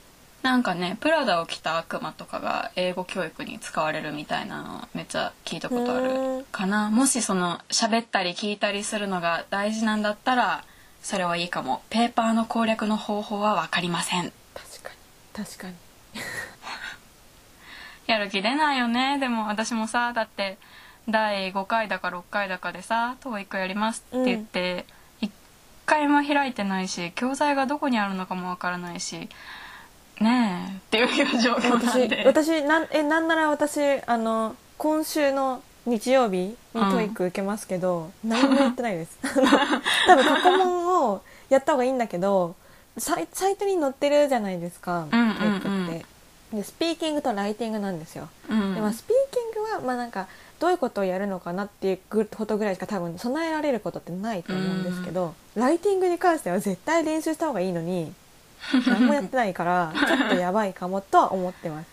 Speaker 2: なんかね「プラダを着た悪魔」とかが英語教育に使われるみたいなのめっちゃ聞いたことあ
Speaker 1: うん
Speaker 2: るかなもしその喋ったり聞いたりするのが大事なんだったらそれはいいかもペーパーの攻略の方法は分かりません
Speaker 1: 確かに確かに
Speaker 2: やる気出ないよねでも私もさだって第5回だか6回だかでさ「TOEIC やります」って言って、1回も開いてないし教材がどこにあるのかもわからないしねえっていう状況なん
Speaker 1: 私
Speaker 2: で
Speaker 1: 私なんえなんなら私あの今週の日曜日にトイック受けますけ
Speaker 2: [laughs]
Speaker 1: ど、何もやってないです [laughs] あの多分過去問をやった方がいいんだけどサイサイトに載ってるじゃないですか、
Speaker 2: うんうんうん
Speaker 1: トイックってでスピーキングとライティングなんですよ、
Speaker 2: うん
Speaker 1: でまあスピーキングはまあなんかどういうことをやるのかなっていうぐことぐらいしか多分備えられることってないと思うんですけど、ライティングに関しては絶対練習した方がいいの
Speaker 2: [laughs]
Speaker 1: に何もやってないからちょっとやばいかもとは思ってます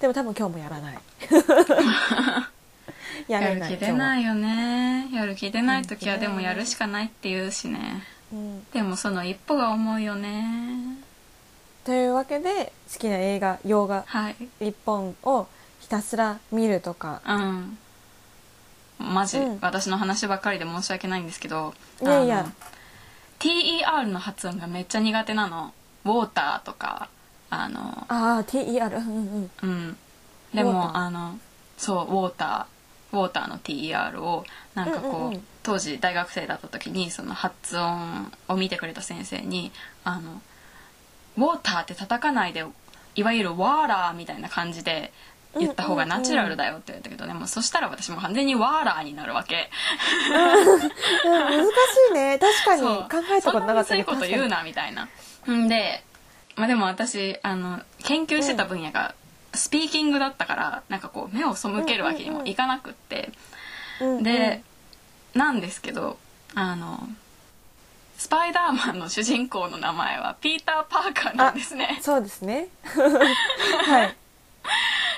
Speaker 1: でも多分今日もやら
Speaker 2: [laughs]
Speaker 1: ないや
Speaker 2: や
Speaker 1: れ
Speaker 2: る
Speaker 1: ない今
Speaker 2: 気出
Speaker 1: 日は
Speaker 2: ないよねやる気出ない時
Speaker 1: や
Speaker 2: は
Speaker 1: る気出
Speaker 2: で
Speaker 1: ない
Speaker 2: もやるしかないって言うしね
Speaker 1: うん
Speaker 2: でもその一歩が重いよね
Speaker 1: というわけで好きな映画洋画
Speaker 2: はい
Speaker 1: 一本をひたすら見るとか
Speaker 2: うんマジ、
Speaker 1: うん
Speaker 2: 私の話ばっかりで申し訳ないんですけど
Speaker 1: いやいや
Speaker 2: あの TER の発音がめっちゃ苦手なのウォーターとかあの
Speaker 1: ああ TER うんうん
Speaker 2: うんで
Speaker 1: ウォータ
Speaker 2: も
Speaker 1: ー
Speaker 2: あのそうウォーターウォーターの TER をなんかこう,、
Speaker 1: うんうんうん
Speaker 2: 当時大学生だった時にその発音を見てくれた先生にあのウォーターって叩かないでいわゆるワーラーみたいな感じで言った方がナチュラルだよって言ったけどね、もうそしたら私もう完全にワーラーになるわけ
Speaker 1: うん難しいね確かに
Speaker 2: そう
Speaker 1: 考えたことなかった
Speaker 2: そんなむずい
Speaker 1: けど
Speaker 2: こと言うなみたいなんで、まあ、でも私あの研究してた分野がスピーキングだったからなんかこう目を背けるわけにもいかなくって、
Speaker 1: 確かにうんうん
Speaker 2: でなんですけどあのスパイダーマンの主人公の名前はピーター・パーカーなんですね
Speaker 1: そうですね。はい。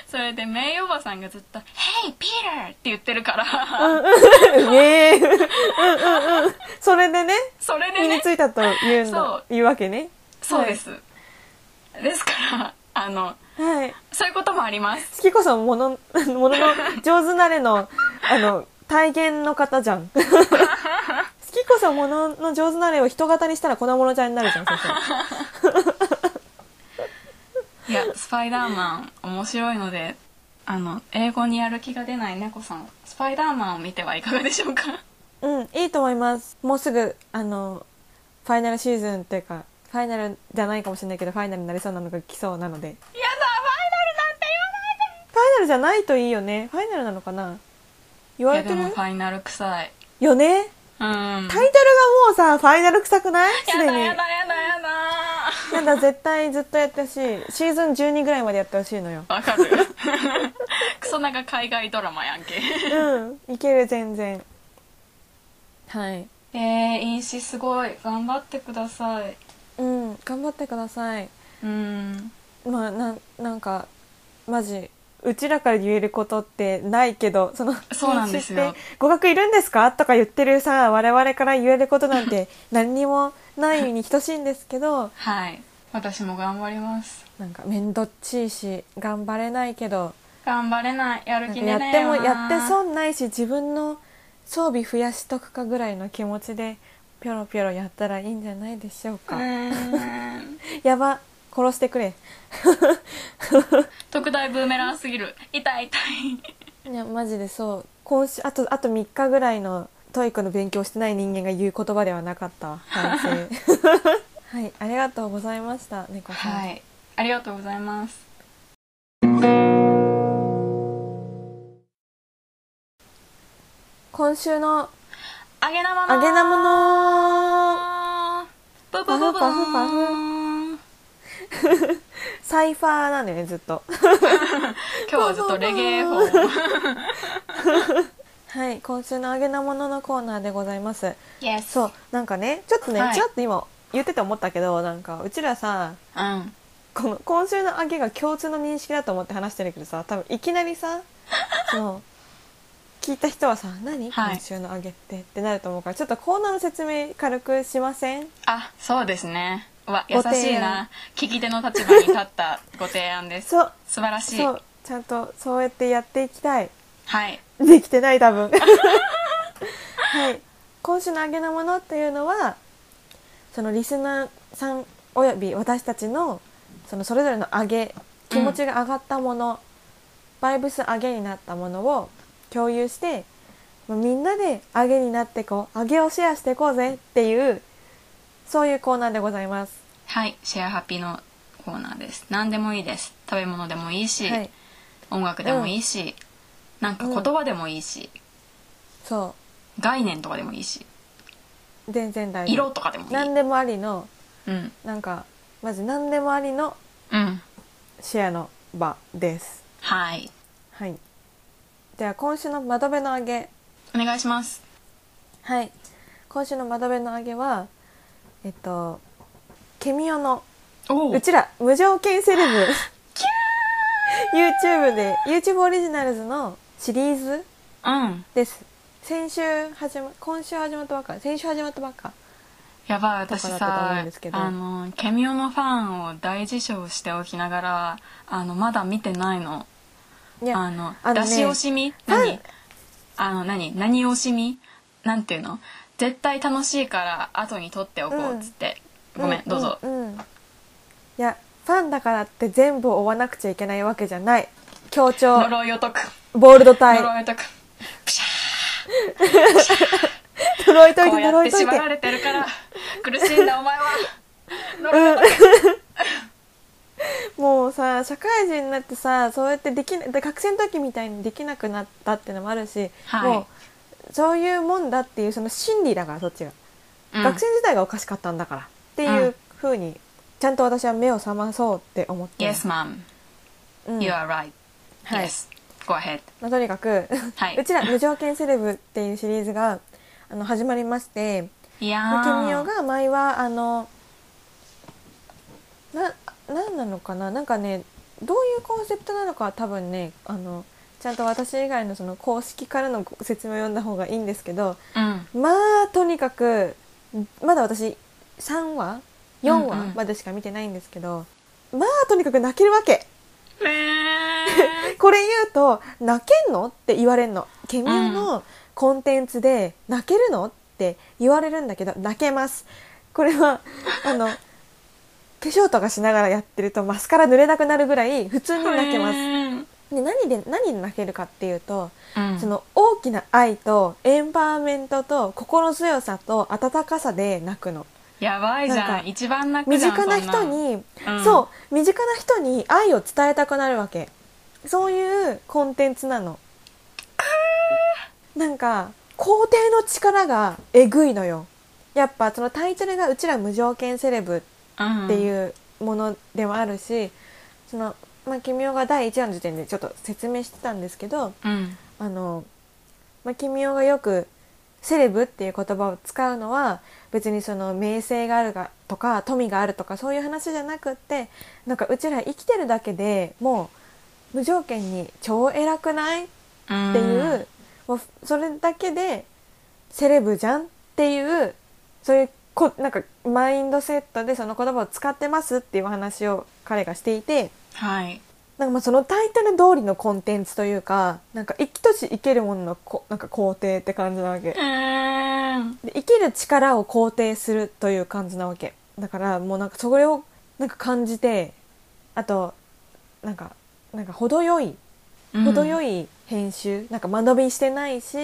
Speaker 2: それでメイおばさんがずっと「Hey, Peter!」って言ってるから
Speaker 1: ええうんうんうん。それでね、
Speaker 2: それで
Speaker 1: 身
Speaker 2: ね
Speaker 1: についたと言う
Speaker 2: そ
Speaker 1: の
Speaker 2: う、
Speaker 1: 言うわけね。
Speaker 2: そうです、ですからあの
Speaker 1: はい。
Speaker 2: そういうこともあります
Speaker 1: 好きこそもの、ものの上手なれの、あの、体現の方じゃん。好きこそものの上手なれを人型にしたら粉物ちゃんになるじゃん、先生。
Speaker 2: いや、スパイダーマン面白いので、あの、英語にやる気が出ない猫さん、スパイダーマンを見てはいかがでしょうか
Speaker 1: うん、いいと思います。もうすぐ、あの、ファイナルシーズンっていうか、ファイナルじゃないかもしれないけど、ファイナルになりそうなのが来そうなので。
Speaker 2: やだ、フ
Speaker 1: ファイナルじゃないといいよね。ファイナルなのかな言わ
Speaker 2: ァイ
Speaker 1: れ
Speaker 2: ナルなんて
Speaker 1: てる
Speaker 2: 言わないでいや、でもファイナル臭い。
Speaker 1: よね
Speaker 2: う
Speaker 1: タイトルが
Speaker 2: ん。や
Speaker 1: もうさ、ファイナル臭くないすで
Speaker 2: だ、
Speaker 1: に。
Speaker 2: や
Speaker 1: や
Speaker 2: だ、やだ、やだ。
Speaker 1: だ、絶対ずっとやってほしい。シーズン12ぐらいまでやってほしいのよ。
Speaker 2: わかる [laughs] クソなんか海外ドラマや
Speaker 1: [laughs]
Speaker 2: んけ。
Speaker 1: うん。いける、全然。はい。
Speaker 2: えー、飲酒すごい。頑張ってください。
Speaker 1: うん。頑張ってください。
Speaker 2: うん。
Speaker 1: まあ、なん、なんか、マジ。うちらから言えることってないけど、その、
Speaker 2: そうなんですよ
Speaker 1: 禁止って語学いるんですかとか言ってるさ、我々から言えることなんて何にもないに等しいんですけど、
Speaker 2: はい。私も頑張ります。
Speaker 1: なんか面倒っちいし頑張れないけど
Speaker 2: 頑張れない。やる
Speaker 1: なん
Speaker 2: 気
Speaker 1: かや
Speaker 2: 出ね
Speaker 1: っ
Speaker 2: え
Speaker 1: ても
Speaker 2: よな
Speaker 1: やって損ないし自分の装備増やしとくかぐらいの気持ちでぴょろぴょろやったらいいんじゃないでしょうか、
Speaker 2: うん。
Speaker 1: やば殺してくれ
Speaker 2: 特大ブーメランすぎる。痛い痛い。
Speaker 1: いやマジでそう今週あとあと3日ぐらいのトイックの勉強してない人間が言う言葉ではなかったわ反
Speaker 2: [laughs]
Speaker 1: 省はいありがとうございました猫さん、
Speaker 2: はい。ありがとうございます。
Speaker 1: 今週の
Speaker 2: 揚げ生の
Speaker 1: 揚げなもの
Speaker 2: ブブブブ
Speaker 1: パフパフ
Speaker 2: ーン
Speaker 1: サイファーなんだよねずっと
Speaker 2: 今日はずっとレゲエ法イ
Speaker 1: はい、今週の揚げなもののコーナーでございます。
Speaker 2: エス
Speaker 1: そう、なんかね、ちょっとね、
Speaker 2: はい
Speaker 1: ちらっと今言ってて思ったけど、なんかうちらさ、
Speaker 2: うん
Speaker 1: この今週の揚
Speaker 2: [laughs]
Speaker 1: げが共通の認識だと思って話してるけどさ、多分いきなりさ、その聞いた人はさ「何、
Speaker 2: はい
Speaker 1: 今週のあげって」ってなると思うからちょっとコーナーの説明軽くしません
Speaker 2: あそうですねうわ優
Speaker 1: ご
Speaker 2: し
Speaker 1: 提案
Speaker 2: いな聞き手の立場に立ったご提案です
Speaker 1: そう
Speaker 2: 素晴らしい
Speaker 1: そうちゃんとそうやってやっていきたい
Speaker 2: はい
Speaker 1: できてない多分はい今週の「あげのもの」というのはそのリスナーさんおよび私たちのそのそれぞれのあげ気持ちが上がったもの、バイブス上げになったものを共有してまあみんなで上げになってこう上げをシェアしていこうぜっていうそういうコーナーでございます。
Speaker 2: はいシェアハッピーのコーナーです何でもいいです食べ物でもいいし、
Speaker 1: はい、
Speaker 2: 音楽でもいいし、なんか言葉でもいいし、
Speaker 1: そ
Speaker 2: 概念とかでもいいし
Speaker 1: う全然大丈
Speaker 2: 色
Speaker 1: 夫。
Speaker 2: とかでもいい
Speaker 1: 何でもありの
Speaker 2: うん
Speaker 1: なんかまず何でもありの
Speaker 2: うん
Speaker 1: シェアの場です。
Speaker 2: はい
Speaker 1: はい。では今週の窓辺のあげ。
Speaker 2: お願いします
Speaker 1: はい。今週の窓辺のあげは、えっと、ケミオの、
Speaker 2: おお
Speaker 1: うちら無条件セレブ。YouTube で、YouTube オリジナルズのシリーズ
Speaker 2: うん
Speaker 1: です。先週始ま、今週始まったばっか、先週始まったばっか。
Speaker 2: やばい私
Speaker 1: とかだと思う
Speaker 2: さ
Speaker 1: んですけど
Speaker 2: あのケミオのファンを大事象しておきながらあのまだ見てないの
Speaker 1: いや、
Speaker 2: あの、
Speaker 1: あのね
Speaker 2: 出し惜しみ
Speaker 1: ファン
Speaker 2: 何あの、何何惜しみなんていうの絶対楽しいから後に撮っておこうっつって。ごめん、どうぞ。
Speaker 1: んうんいや、ファンだからって全部を追わなくちゃいけないわけじゃない。強調、
Speaker 2: 呪いを解く。
Speaker 1: ボールドタイ、
Speaker 2: 呪いを解く。
Speaker 1: [laughs] 呪いとい
Speaker 2: こう
Speaker 1: て
Speaker 2: やっ
Speaker 1: 呪い
Speaker 2: て
Speaker 1: とい
Speaker 2: 縛
Speaker 1: て
Speaker 2: ら。れてる
Speaker 1: [laughs]
Speaker 2: から、苦しいんだお前は。呪いを解
Speaker 1: もうさ社会人になってさそうやってできなで学生の時みたいにできなくなったっていうのもあるし、
Speaker 2: はい
Speaker 1: もうそういうもんだっていうその心理だからそっちが、
Speaker 2: く。うん
Speaker 1: 学生時代がおかしかったんだからっていううふうにちゃんと私は目を覚まそうって思ってま
Speaker 2: Yes,
Speaker 1: す、
Speaker 2: mom.
Speaker 1: うん
Speaker 2: You are right.
Speaker 1: はい
Speaker 2: Yes. Go ahead.
Speaker 1: まあ、とにかく、
Speaker 2: はい
Speaker 1: うちら無条件セレブっていうシリーズがあの始まりまして
Speaker 2: いや
Speaker 1: まあケミオ
Speaker 2: ー。
Speaker 1: が前はあのな何なのかななんかねどういうコンセプトなのかは多分ねあのちゃんと私以外のその公式からのご説明を読んだ方がいいんですけど [laughs]
Speaker 2: うん。
Speaker 1: まあとにかくまだ私3話4
Speaker 2: うん
Speaker 1: 話
Speaker 2: うん
Speaker 1: までしか見てないんですけど、まあとにかく泣けるわけ
Speaker 2: ねー
Speaker 1: これ言うと「泣けんの?」って言われるのケミオのコンテンツで「泣けるの?」って言われるんだけど泣けますこれ
Speaker 2: [laughs]
Speaker 1: はあの化粧とかしながらやってるとマスカラ濡れなくなるぐらい普通に泣けます、で何で何で泣けるかっていうと
Speaker 2: うん。
Speaker 1: その大きな愛とエンパワーメントと心強さと温かさで泣くの
Speaker 2: やばいじ
Speaker 1: な
Speaker 2: ゃ
Speaker 1: ん
Speaker 2: ん。
Speaker 1: か
Speaker 2: 一番泣く
Speaker 1: 身
Speaker 2: じゃん。
Speaker 1: 近な
Speaker 2: そ
Speaker 1: 人
Speaker 2: んん。
Speaker 1: に
Speaker 2: うん
Speaker 1: そう身近な人に愛を伝えたくなるわけそういうコンテンツなのなんか皇帝の力がえぐいのよやっぱそのタイトルが「うちら無条件セレブ」
Speaker 2: うん。
Speaker 1: っていうものではあるし、そのまあ君が第1話の時点でちょっと説明してたんですけど
Speaker 2: うん。
Speaker 1: あの、まあ、君がよく「セレブ」っていう言葉を使うのは別にその名声があるがとか富があるとかそういう話じゃなくってなんかうちら生きてるだけでもう無条件に超偉くないっていう、もうそれだけでセレブじゃんっていうそういうこなんかマインドセットでその言葉を使ってますっていうお話を彼がしていて。
Speaker 2: はい
Speaker 1: なんかまあそのタイトル通りのコンテンツというか、なんか生きとし生けるもののこなんか肯定って感じなわけ。
Speaker 2: うん
Speaker 1: で生きる力を肯定するという感じなわけ。だからもうなんかそれをなんか感じて、あと、なんか、なんか程よい、程よ
Speaker 2: い
Speaker 1: い編集、なんか間延びしてないし、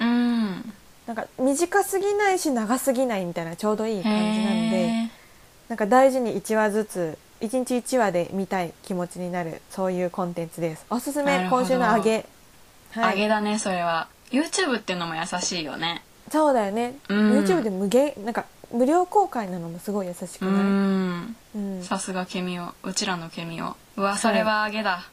Speaker 2: うん
Speaker 1: なんか短すぎないし長すぎないみたいなちょうどいい感じなんで、
Speaker 2: へー
Speaker 1: なんか大事に1話ずつ1日1話で見たい気持ちになるそういうコンテンツですおすす
Speaker 2: な
Speaker 1: め
Speaker 2: るほど
Speaker 1: 今週のあげは
Speaker 2: あげ
Speaker 1: い
Speaker 2: だねそれは YouTube っていうのも優しいよね
Speaker 1: そうだよね、
Speaker 2: うん
Speaker 1: YouTube で無限なんか無料公開なのもすごい優しく
Speaker 2: う
Speaker 1: ない、
Speaker 2: ん
Speaker 1: うん
Speaker 2: さすがケミオうちらのケミオうわそれはあげだ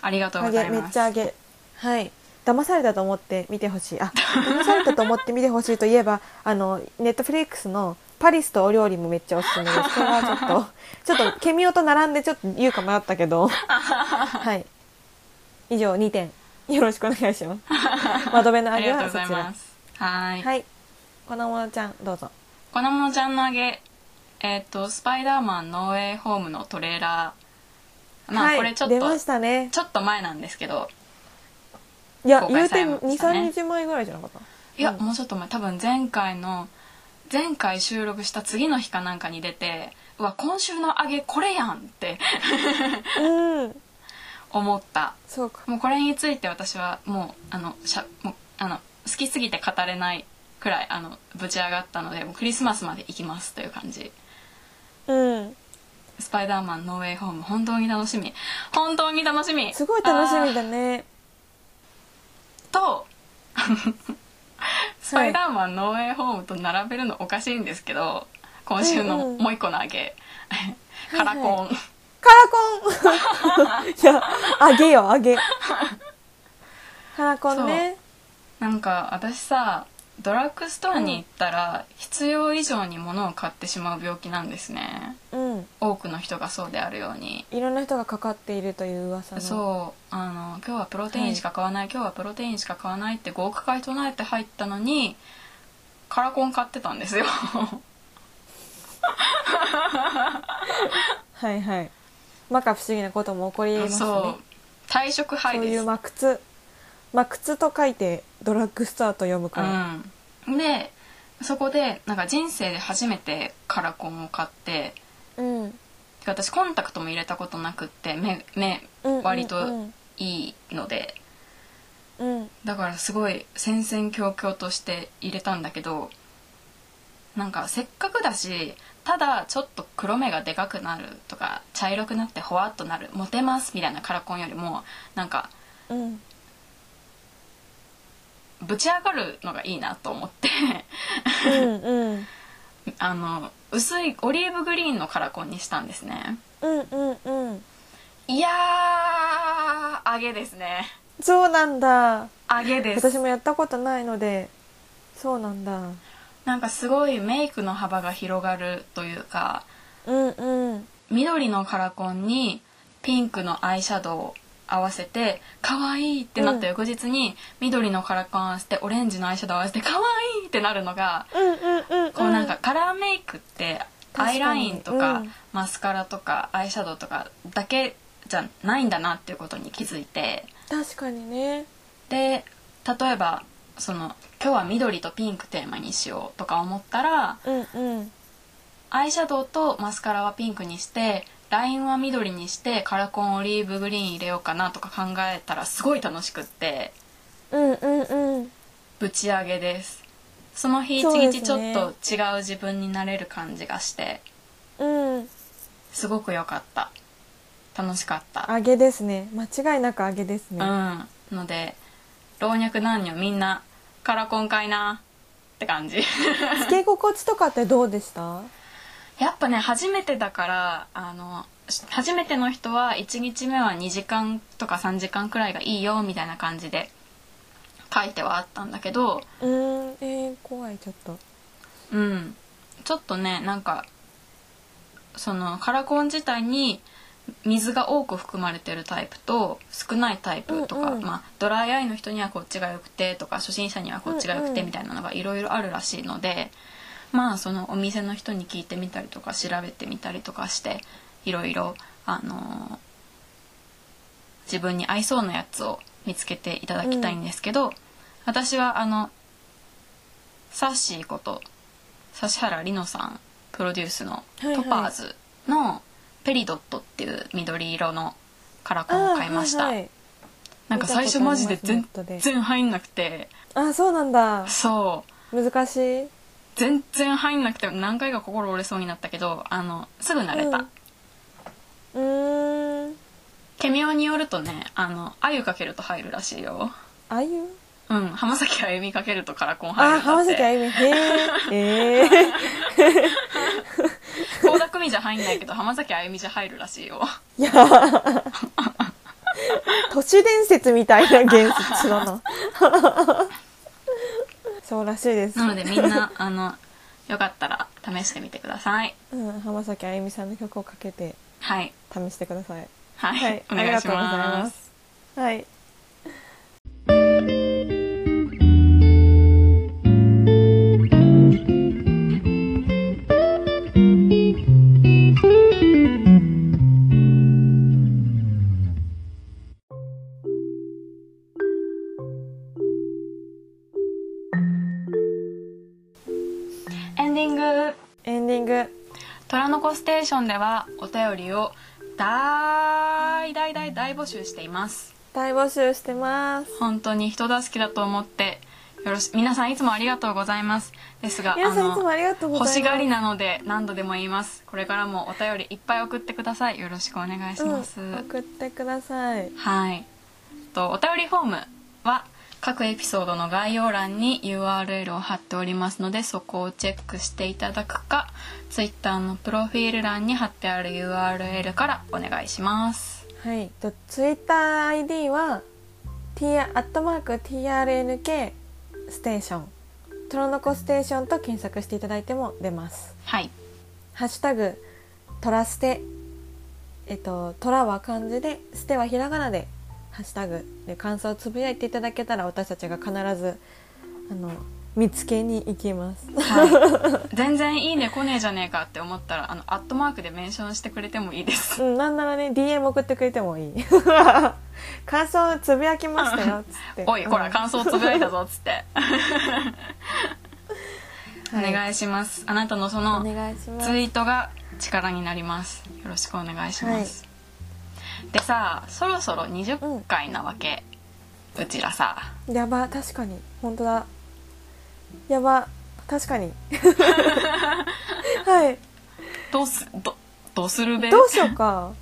Speaker 2: ありがとう
Speaker 1: あ
Speaker 2: ござ
Speaker 1: げ
Speaker 2: い
Speaker 1: めっ
Speaker 2: ます
Speaker 1: ちゃあげはい騙されたと思って見てほしいあ騙されたと思って見てほしいといえば [laughs] あのネットフリックスの「パリスとお料理」もめっちゃおすすめですこれはちょっと [laughs] ちょっと
Speaker 2: [laughs]
Speaker 1: ケミオと並んでちょっと言うか迷ったけどはい以上2点よろしくお願い
Speaker 2: [laughs]
Speaker 1: します窓辺の
Speaker 2: あ
Speaker 1: あ
Speaker 2: り
Speaker 1: げ
Speaker 2: がと
Speaker 1: は
Speaker 2: うご
Speaker 1: そ
Speaker 2: ざい
Speaker 1: ちら
Speaker 2: ます。はい。
Speaker 1: はいこのものちゃんどうぞ
Speaker 2: このものちゃんのあげ、えっ、と、スパイダーマンノーウェイホームのトレーラー。まあ、
Speaker 1: はい
Speaker 2: これちょっ
Speaker 1: 出
Speaker 2: と、
Speaker 1: ましたね
Speaker 2: ちょっと前なんですけど、
Speaker 1: いや
Speaker 2: 公
Speaker 1: 言う
Speaker 2: 開され
Speaker 1: て
Speaker 2: ましたね
Speaker 1: 23日前ぐらいじゃなかった
Speaker 2: いや、
Speaker 1: うん
Speaker 2: もうちょっと前、多分前回の、前回収録した次の日かなんかに出て、うわ、今週のあげこれやんって [laughs]
Speaker 1: うん
Speaker 2: 思った。
Speaker 1: そうか
Speaker 2: もうこれについて私はもうあのしゃもうあの好きすぎて語れないくらいあのぶち上がったのでもうクリスマスまで行きますという感じ
Speaker 1: うん
Speaker 2: 「スパイダーマンノーウェイホーム」本当に楽しみ本当に楽しみ
Speaker 1: すごい楽しみ
Speaker 2: あー
Speaker 1: だね
Speaker 2: と [laughs] スパイダーマンノーウェイホームと並べるのおかしいんですけど今週の
Speaker 1: うんうん
Speaker 2: もう一個のあげ、
Speaker 1: い
Speaker 2: カラコン
Speaker 1: カラコン [laughs] いやあげよあげカラコンね
Speaker 2: なんか私さドラッグストアに行ったら必要以上に物を買ってしまう病気なんですね
Speaker 1: うん
Speaker 2: 多くの人がそうであるように、
Speaker 1: いろんな人がかかっているという噂の
Speaker 2: そうあの今日はプロテインしか買わない、今日はプロテインしか買わないって5億回唱えて入ったのにカラコン買ってたんですよ
Speaker 1: はいはい摩訶不思議なことも起こりますね
Speaker 2: [laughs] そう退職
Speaker 1: そ
Speaker 2: 灰
Speaker 1: う
Speaker 2: で
Speaker 1: い
Speaker 2: す
Speaker 1: う真靴真靴と書いてドラッグストアと読むから、
Speaker 2: うん、でそこでなんか人生で初めてカラコンを買って
Speaker 1: うん、
Speaker 2: てか私コンタクトも入れたことなくって目目
Speaker 1: うん
Speaker 2: 割と
Speaker 1: うん
Speaker 2: いいので、
Speaker 1: うん
Speaker 2: だからすごい戦々恐々として入れたんだけどなんかせっかくだしただちょっと黒目がでかくなるとか茶色くなってほわっとなるモテますみたいなカラコンよりもなんか
Speaker 1: うん
Speaker 2: ぶち上がるのがいいなと思って [laughs]
Speaker 1: うんうん
Speaker 2: あの薄いオリーブグリーンのカラコンにしたんですね
Speaker 1: うんうんうん
Speaker 2: いやー揚げですね
Speaker 1: そうなんだ
Speaker 2: 揚げです
Speaker 1: 私もやったことないのでそうなんだ
Speaker 2: なんかすごいメイクの幅が広がるというか
Speaker 1: うんうん
Speaker 2: 緑のカラコンにピンクのアイシャドウを合わせて可愛いってなった翌日に緑のカラコン合わせてオレンジのアイシャドウ合わせて可愛いってなるのが
Speaker 1: うんうんうん
Speaker 2: こうなんかカラーメイクってアイラインとか
Speaker 1: うん
Speaker 2: マスカラとかアイシャドウとかだけじゃないんだなっていうことに気づいて
Speaker 1: 確かにね
Speaker 2: で例えばその今日は緑とピンクテーマにしようとか思ったら
Speaker 1: うんうん
Speaker 2: アイシャドウとマスカラはピンクにしてラインは緑にしてカラコンオリーブグリーン入れようかなとか考えたらすごい楽しくって
Speaker 1: うんうんうん
Speaker 2: ぶち上げですその日一
Speaker 1: そうです
Speaker 2: 日
Speaker 1: ね
Speaker 2: ちょっと違う自分になれる感じがして
Speaker 1: うん
Speaker 2: すごく良かった楽しかった
Speaker 1: 揚げですね間違いなく揚げですね、
Speaker 2: うんので老若男女みんなカラコン買いなって感じ
Speaker 1: つけ心地とかってどうでした
Speaker 2: やっぱね初めてだからあのし初めての人は1日目は2時間とか3時間くらいがいいよみたいな感じで書いてはあったんだけど
Speaker 1: うーんえー、怖いちょっと
Speaker 2: うんちょっとねなんかそのカラコン自体に水が多く含まれてるタイプと少ないタイプとか、
Speaker 1: うんうん
Speaker 2: まあ、ドライアイの人にはこっちがよくてとか初心者にはこっちがよく
Speaker 1: うん
Speaker 2: て
Speaker 1: うん
Speaker 2: みたいなのがいろいろあるらしいので、まあそのお店の人に聞いてみたりとか調べてみたりとかしていろいろあのー自分に合いそうなやつを見つけていただきたいんですけど、私はあのサッシーこと指原莉乃さんプロデュースの
Speaker 1: いはい
Speaker 2: トパーズのペリドットっていう緑色のカラコンを買いまし
Speaker 1: あー
Speaker 2: た、
Speaker 1: はいはい
Speaker 2: なんか最初マジで全
Speaker 1: 見たことありますネットで
Speaker 2: 然入んなくて
Speaker 1: あそうなんだ
Speaker 2: そう
Speaker 1: 難しい
Speaker 2: 全然入んなくて何回か心折れそうになったけどあのすぐ慣れた、
Speaker 1: うんうーん
Speaker 2: ケミオによるとねあの鮎かけると入るらしいよ
Speaker 1: あゆ
Speaker 2: うん浜崎あゆみかけるとカラコン入るんだ
Speaker 1: あ浜
Speaker 2: って
Speaker 1: 崎あゆみ [laughs] へ
Speaker 2: [laughs]
Speaker 1: ええー、
Speaker 2: 倖田來未じゃ入んないけど浜崎あゆみじゃ入るらしいよ
Speaker 1: いやー都市伝説みたいな現実だ
Speaker 2: [laughs]
Speaker 1: なそうらしいです
Speaker 2: なのでみんなあのよかったら試してみてください
Speaker 1: うん、浜崎あゆみさんの曲をかけて
Speaker 2: はい
Speaker 1: 試してください
Speaker 2: はい、
Speaker 1: はい
Speaker 2: お願い
Speaker 1: あり
Speaker 2: し
Speaker 1: がとうござい
Speaker 2: ま
Speaker 1: ますはい
Speaker 2: ング
Speaker 1: エンディング
Speaker 2: 虎の子ステーションではお便りを大大大大募集しています
Speaker 1: 大募集してます
Speaker 2: 本当に人助けだと思ってよろし皆さんいつもありがとうございますですが
Speaker 1: 皆さんい
Speaker 2: あ
Speaker 1: つも
Speaker 2: の
Speaker 1: ありがとうございま
Speaker 2: 欲
Speaker 1: す
Speaker 2: しがりなので何度でも言いますこれからもお便りいっぱい送ってくださいよろしくお願いします、
Speaker 1: うん、送ってください
Speaker 2: はい。とお便りフォームは各エピソードの概要欄に URL を貼っておりますのでそこをチェックしていただくか Twitter のプロフィール欄に貼ってある URL からお願いします
Speaker 1: はいとツイッター ID は t アットマーク TRNK ステーショントロノコステーションと検索していただいても出ます
Speaker 2: はい
Speaker 1: ハッシュタグトラステえっとトラは漢字でステはひらがなでハッシュタグで感想をつぶやいていただけたら私たちが必ずあの見つけに行き
Speaker 2: [laughs]
Speaker 1: ます
Speaker 2: はい、 [laughs] 全然いいね来ねえじゃねえかって思ったらあのアットマークでメンションしてくれてもいいです
Speaker 1: うんなんならね DM 送ってくれてもい [laughs] い感想つぶやきましたよっつって
Speaker 2: [laughs] おいほら感想つぶやいたぞっつって、
Speaker 1: はい
Speaker 2: お願いしますあなたのそ
Speaker 1: お
Speaker 2: の
Speaker 1: 願いします
Speaker 2: ツイートが力になりますよろしくお願いします、でさそろそろ
Speaker 1: うん
Speaker 2: 20回なわけ、うちらさ
Speaker 1: やば確かに本当だやば確
Speaker 2: [laughs]
Speaker 1: かにはい
Speaker 2: どうすどどうするべ
Speaker 1: どうしようか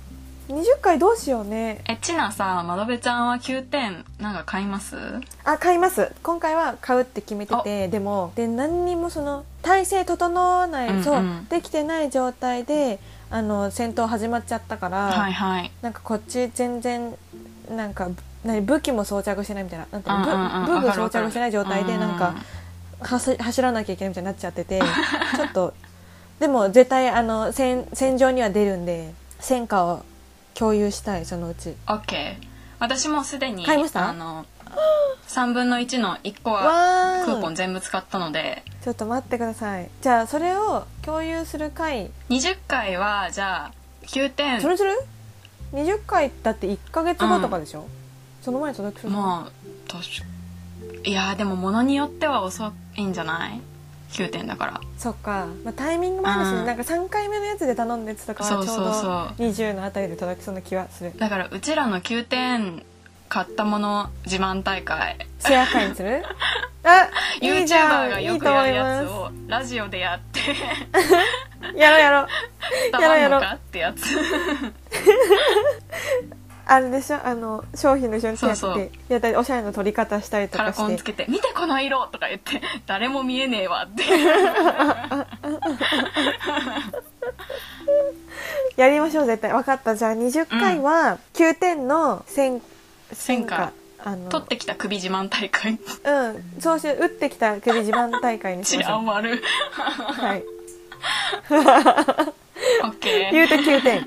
Speaker 1: 20回どうしようね
Speaker 2: えちなさまどべちゃんは9点なんか買います
Speaker 1: あ買います今回は買うって決めててでもで何にもその体勢整わない、
Speaker 2: うんうん
Speaker 1: そうできてない状態であの戦闘始まっちゃったから、
Speaker 2: はいはい
Speaker 1: なんかこっち全然なんか何武器も装着してないみたいななんていう
Speaker 2: うんうん
Speaker 1: の
Speaker 2: うん
Speaker 1: ぶ武具
Speaker 2: わかる
Speaker 1: 装
Speaker 2: わかる
Speaker 1: 着してない状態でなんか。はし走らなきゃいけないみたいになっちゃ
Speaker 2: [laughs]
Speaker 1: っててちょっとでも絶対あの戦戦場には出るんで戦果を共有したいそのうち
Speaker 2: うん OK 私もうすでに
Speaker 1: 買いました
Speaker 2: あの3分の1の1個は
Speaker 1: わ
Speaker 2: クーポ
Speaker 1: ー
Speaker 2: ン全部使ったので
Speaker 1: ちょっと待ってくださいじゃあそれを共有する回
Speaker 2: 20回はじゃあ9点
Speaker 1: それする ?20 回だって1ヶ月後とかでしょ、その前に届くする
Speaker 2: まあ確かいやーでも物によっては遅いんじゃない9点だから
Speaker 1: そっか、まあ、タイミングもあるし、
Speaker 2: うん
Speaker 1: なんか3回目のやつで頼んだやつとか
Speaker 2: そ
Speaker 1: は
Speaker 2: う
Speaker 1: ち
Speaker 2: そ
Speaker 1: ょ
Speaker 2: う
Speaker 1: う
Speaker 2: そう
Speaker 1: ど20のあたりで届きそうな気はする
Speaker 2: だからうちらの9点買ったもの自慢大会
Speaker 1: シェア会に
Speaker 2: [laughs]
Speaker 1: するあいいじゃ
Speaker 2: YouTuber
Speaker 1: ん
Speaker 2: が
Speaker 1: い
Speaker 2: よ
Speaker 1: い
Speaker 2: く
Speaker 1: と思
Speaker 2: や
Speaker 1: い
Speaker 2: るや
Speaker 1: ま
Speaker 2: つをラジオで
Speaker 1: [laughs]
Speaker 2: やって
Speaker 1: すやろうやろうや
Speaker 2: 伝
Speaker 1: ろう
Speaker 2: わ
Speaker 1: や
Speaker 2: んの
Speaker 1: ろう
Speaker 2: かってやつ
Speaker 1: あれでしょあの商品の一緒に手やって
Speaker 2: そうそう
Speaker 1: やったりおしゃれな取り方したりと
Speaker 2: カ
Speaker 1: か
Speaker 2: ラコン
Speaker 1: し
Speaker 2: つ
Speaker 1: て
Speaker 2: けて「見てこの色!」とか言って「誰も見えねえ
Speaker 1: [laughs]
Speaker 2: わ」って
Speaker 1: やりましょう絶対分かったじゃあ20回は9点の戦
Speaker 2: 戦果
Speaker 1: あの
Speaker 2: 取ってきた首自慢大会
Speaker 1: うんそうして打ってきた首自慢大会にし
Speaker 2: 治
Speaker 1: まし
Speaker 2: 安 [laughs]
Speaker 1: ょう
Speaker 2: 悪
Speaker 1: はい言 [laughs]
Speaker 2: OK
Speaker 1: うて9点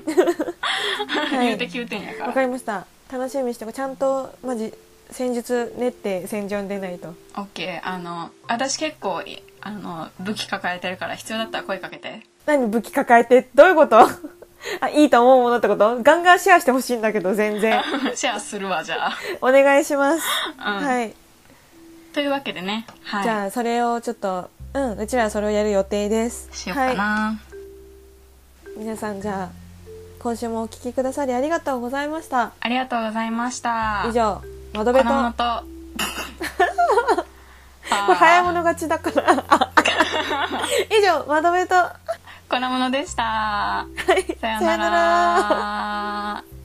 Speaker 1: はい
Speaker 2: 言うて9点や
Speaker 1: わ
Speaker 2: か
Speaker 1: からりました楽しみにしてちゃんとマジ戦術練って戦場に出ないと
Speaker 2: OK あの私結構いあの武器抱えてるから必要だったら声かけて
Speaker 1: 何武器抱えてどういうこと [laughs] あいいと思うものってことガンガンシェアしてほしいんだけど全然
Speaker 2: [laughs] シェアするわじゃあ、
Speaker 1: お願いします、
Speaker 2: うん
Speaker 1: はい
Speaker 2: [laughs] というわけでね、はい、
Speaker 1: じゃあそれをちょっとうんうちらはそれをやる予定です
Speaker 2: しようかな、
Speaker 1: はい、皆さんじゃあ今週もお聞きくださりありがとうございました
Speaker 2: ありがとうございました
Speaker 1: 以上窓
Speaker 2: 子
Speaker 1: 辺と
Speaker 2: 供
Speaker 1: こと
Speaker 2: [laughs] あ
Speaker 1: れ
Speaker 2: ー
Speaker 1: 早物勝ちだから
Speaker 2: [laughs]
Speaker 1: ああ以上窓辺と
Speaker 2: 子供のでした、
Speaker 1: はい
Speaker 2: さよ
Speaker 1: さよ
Speaker 2: な
Speaker 1: なら
Speaker 2: ら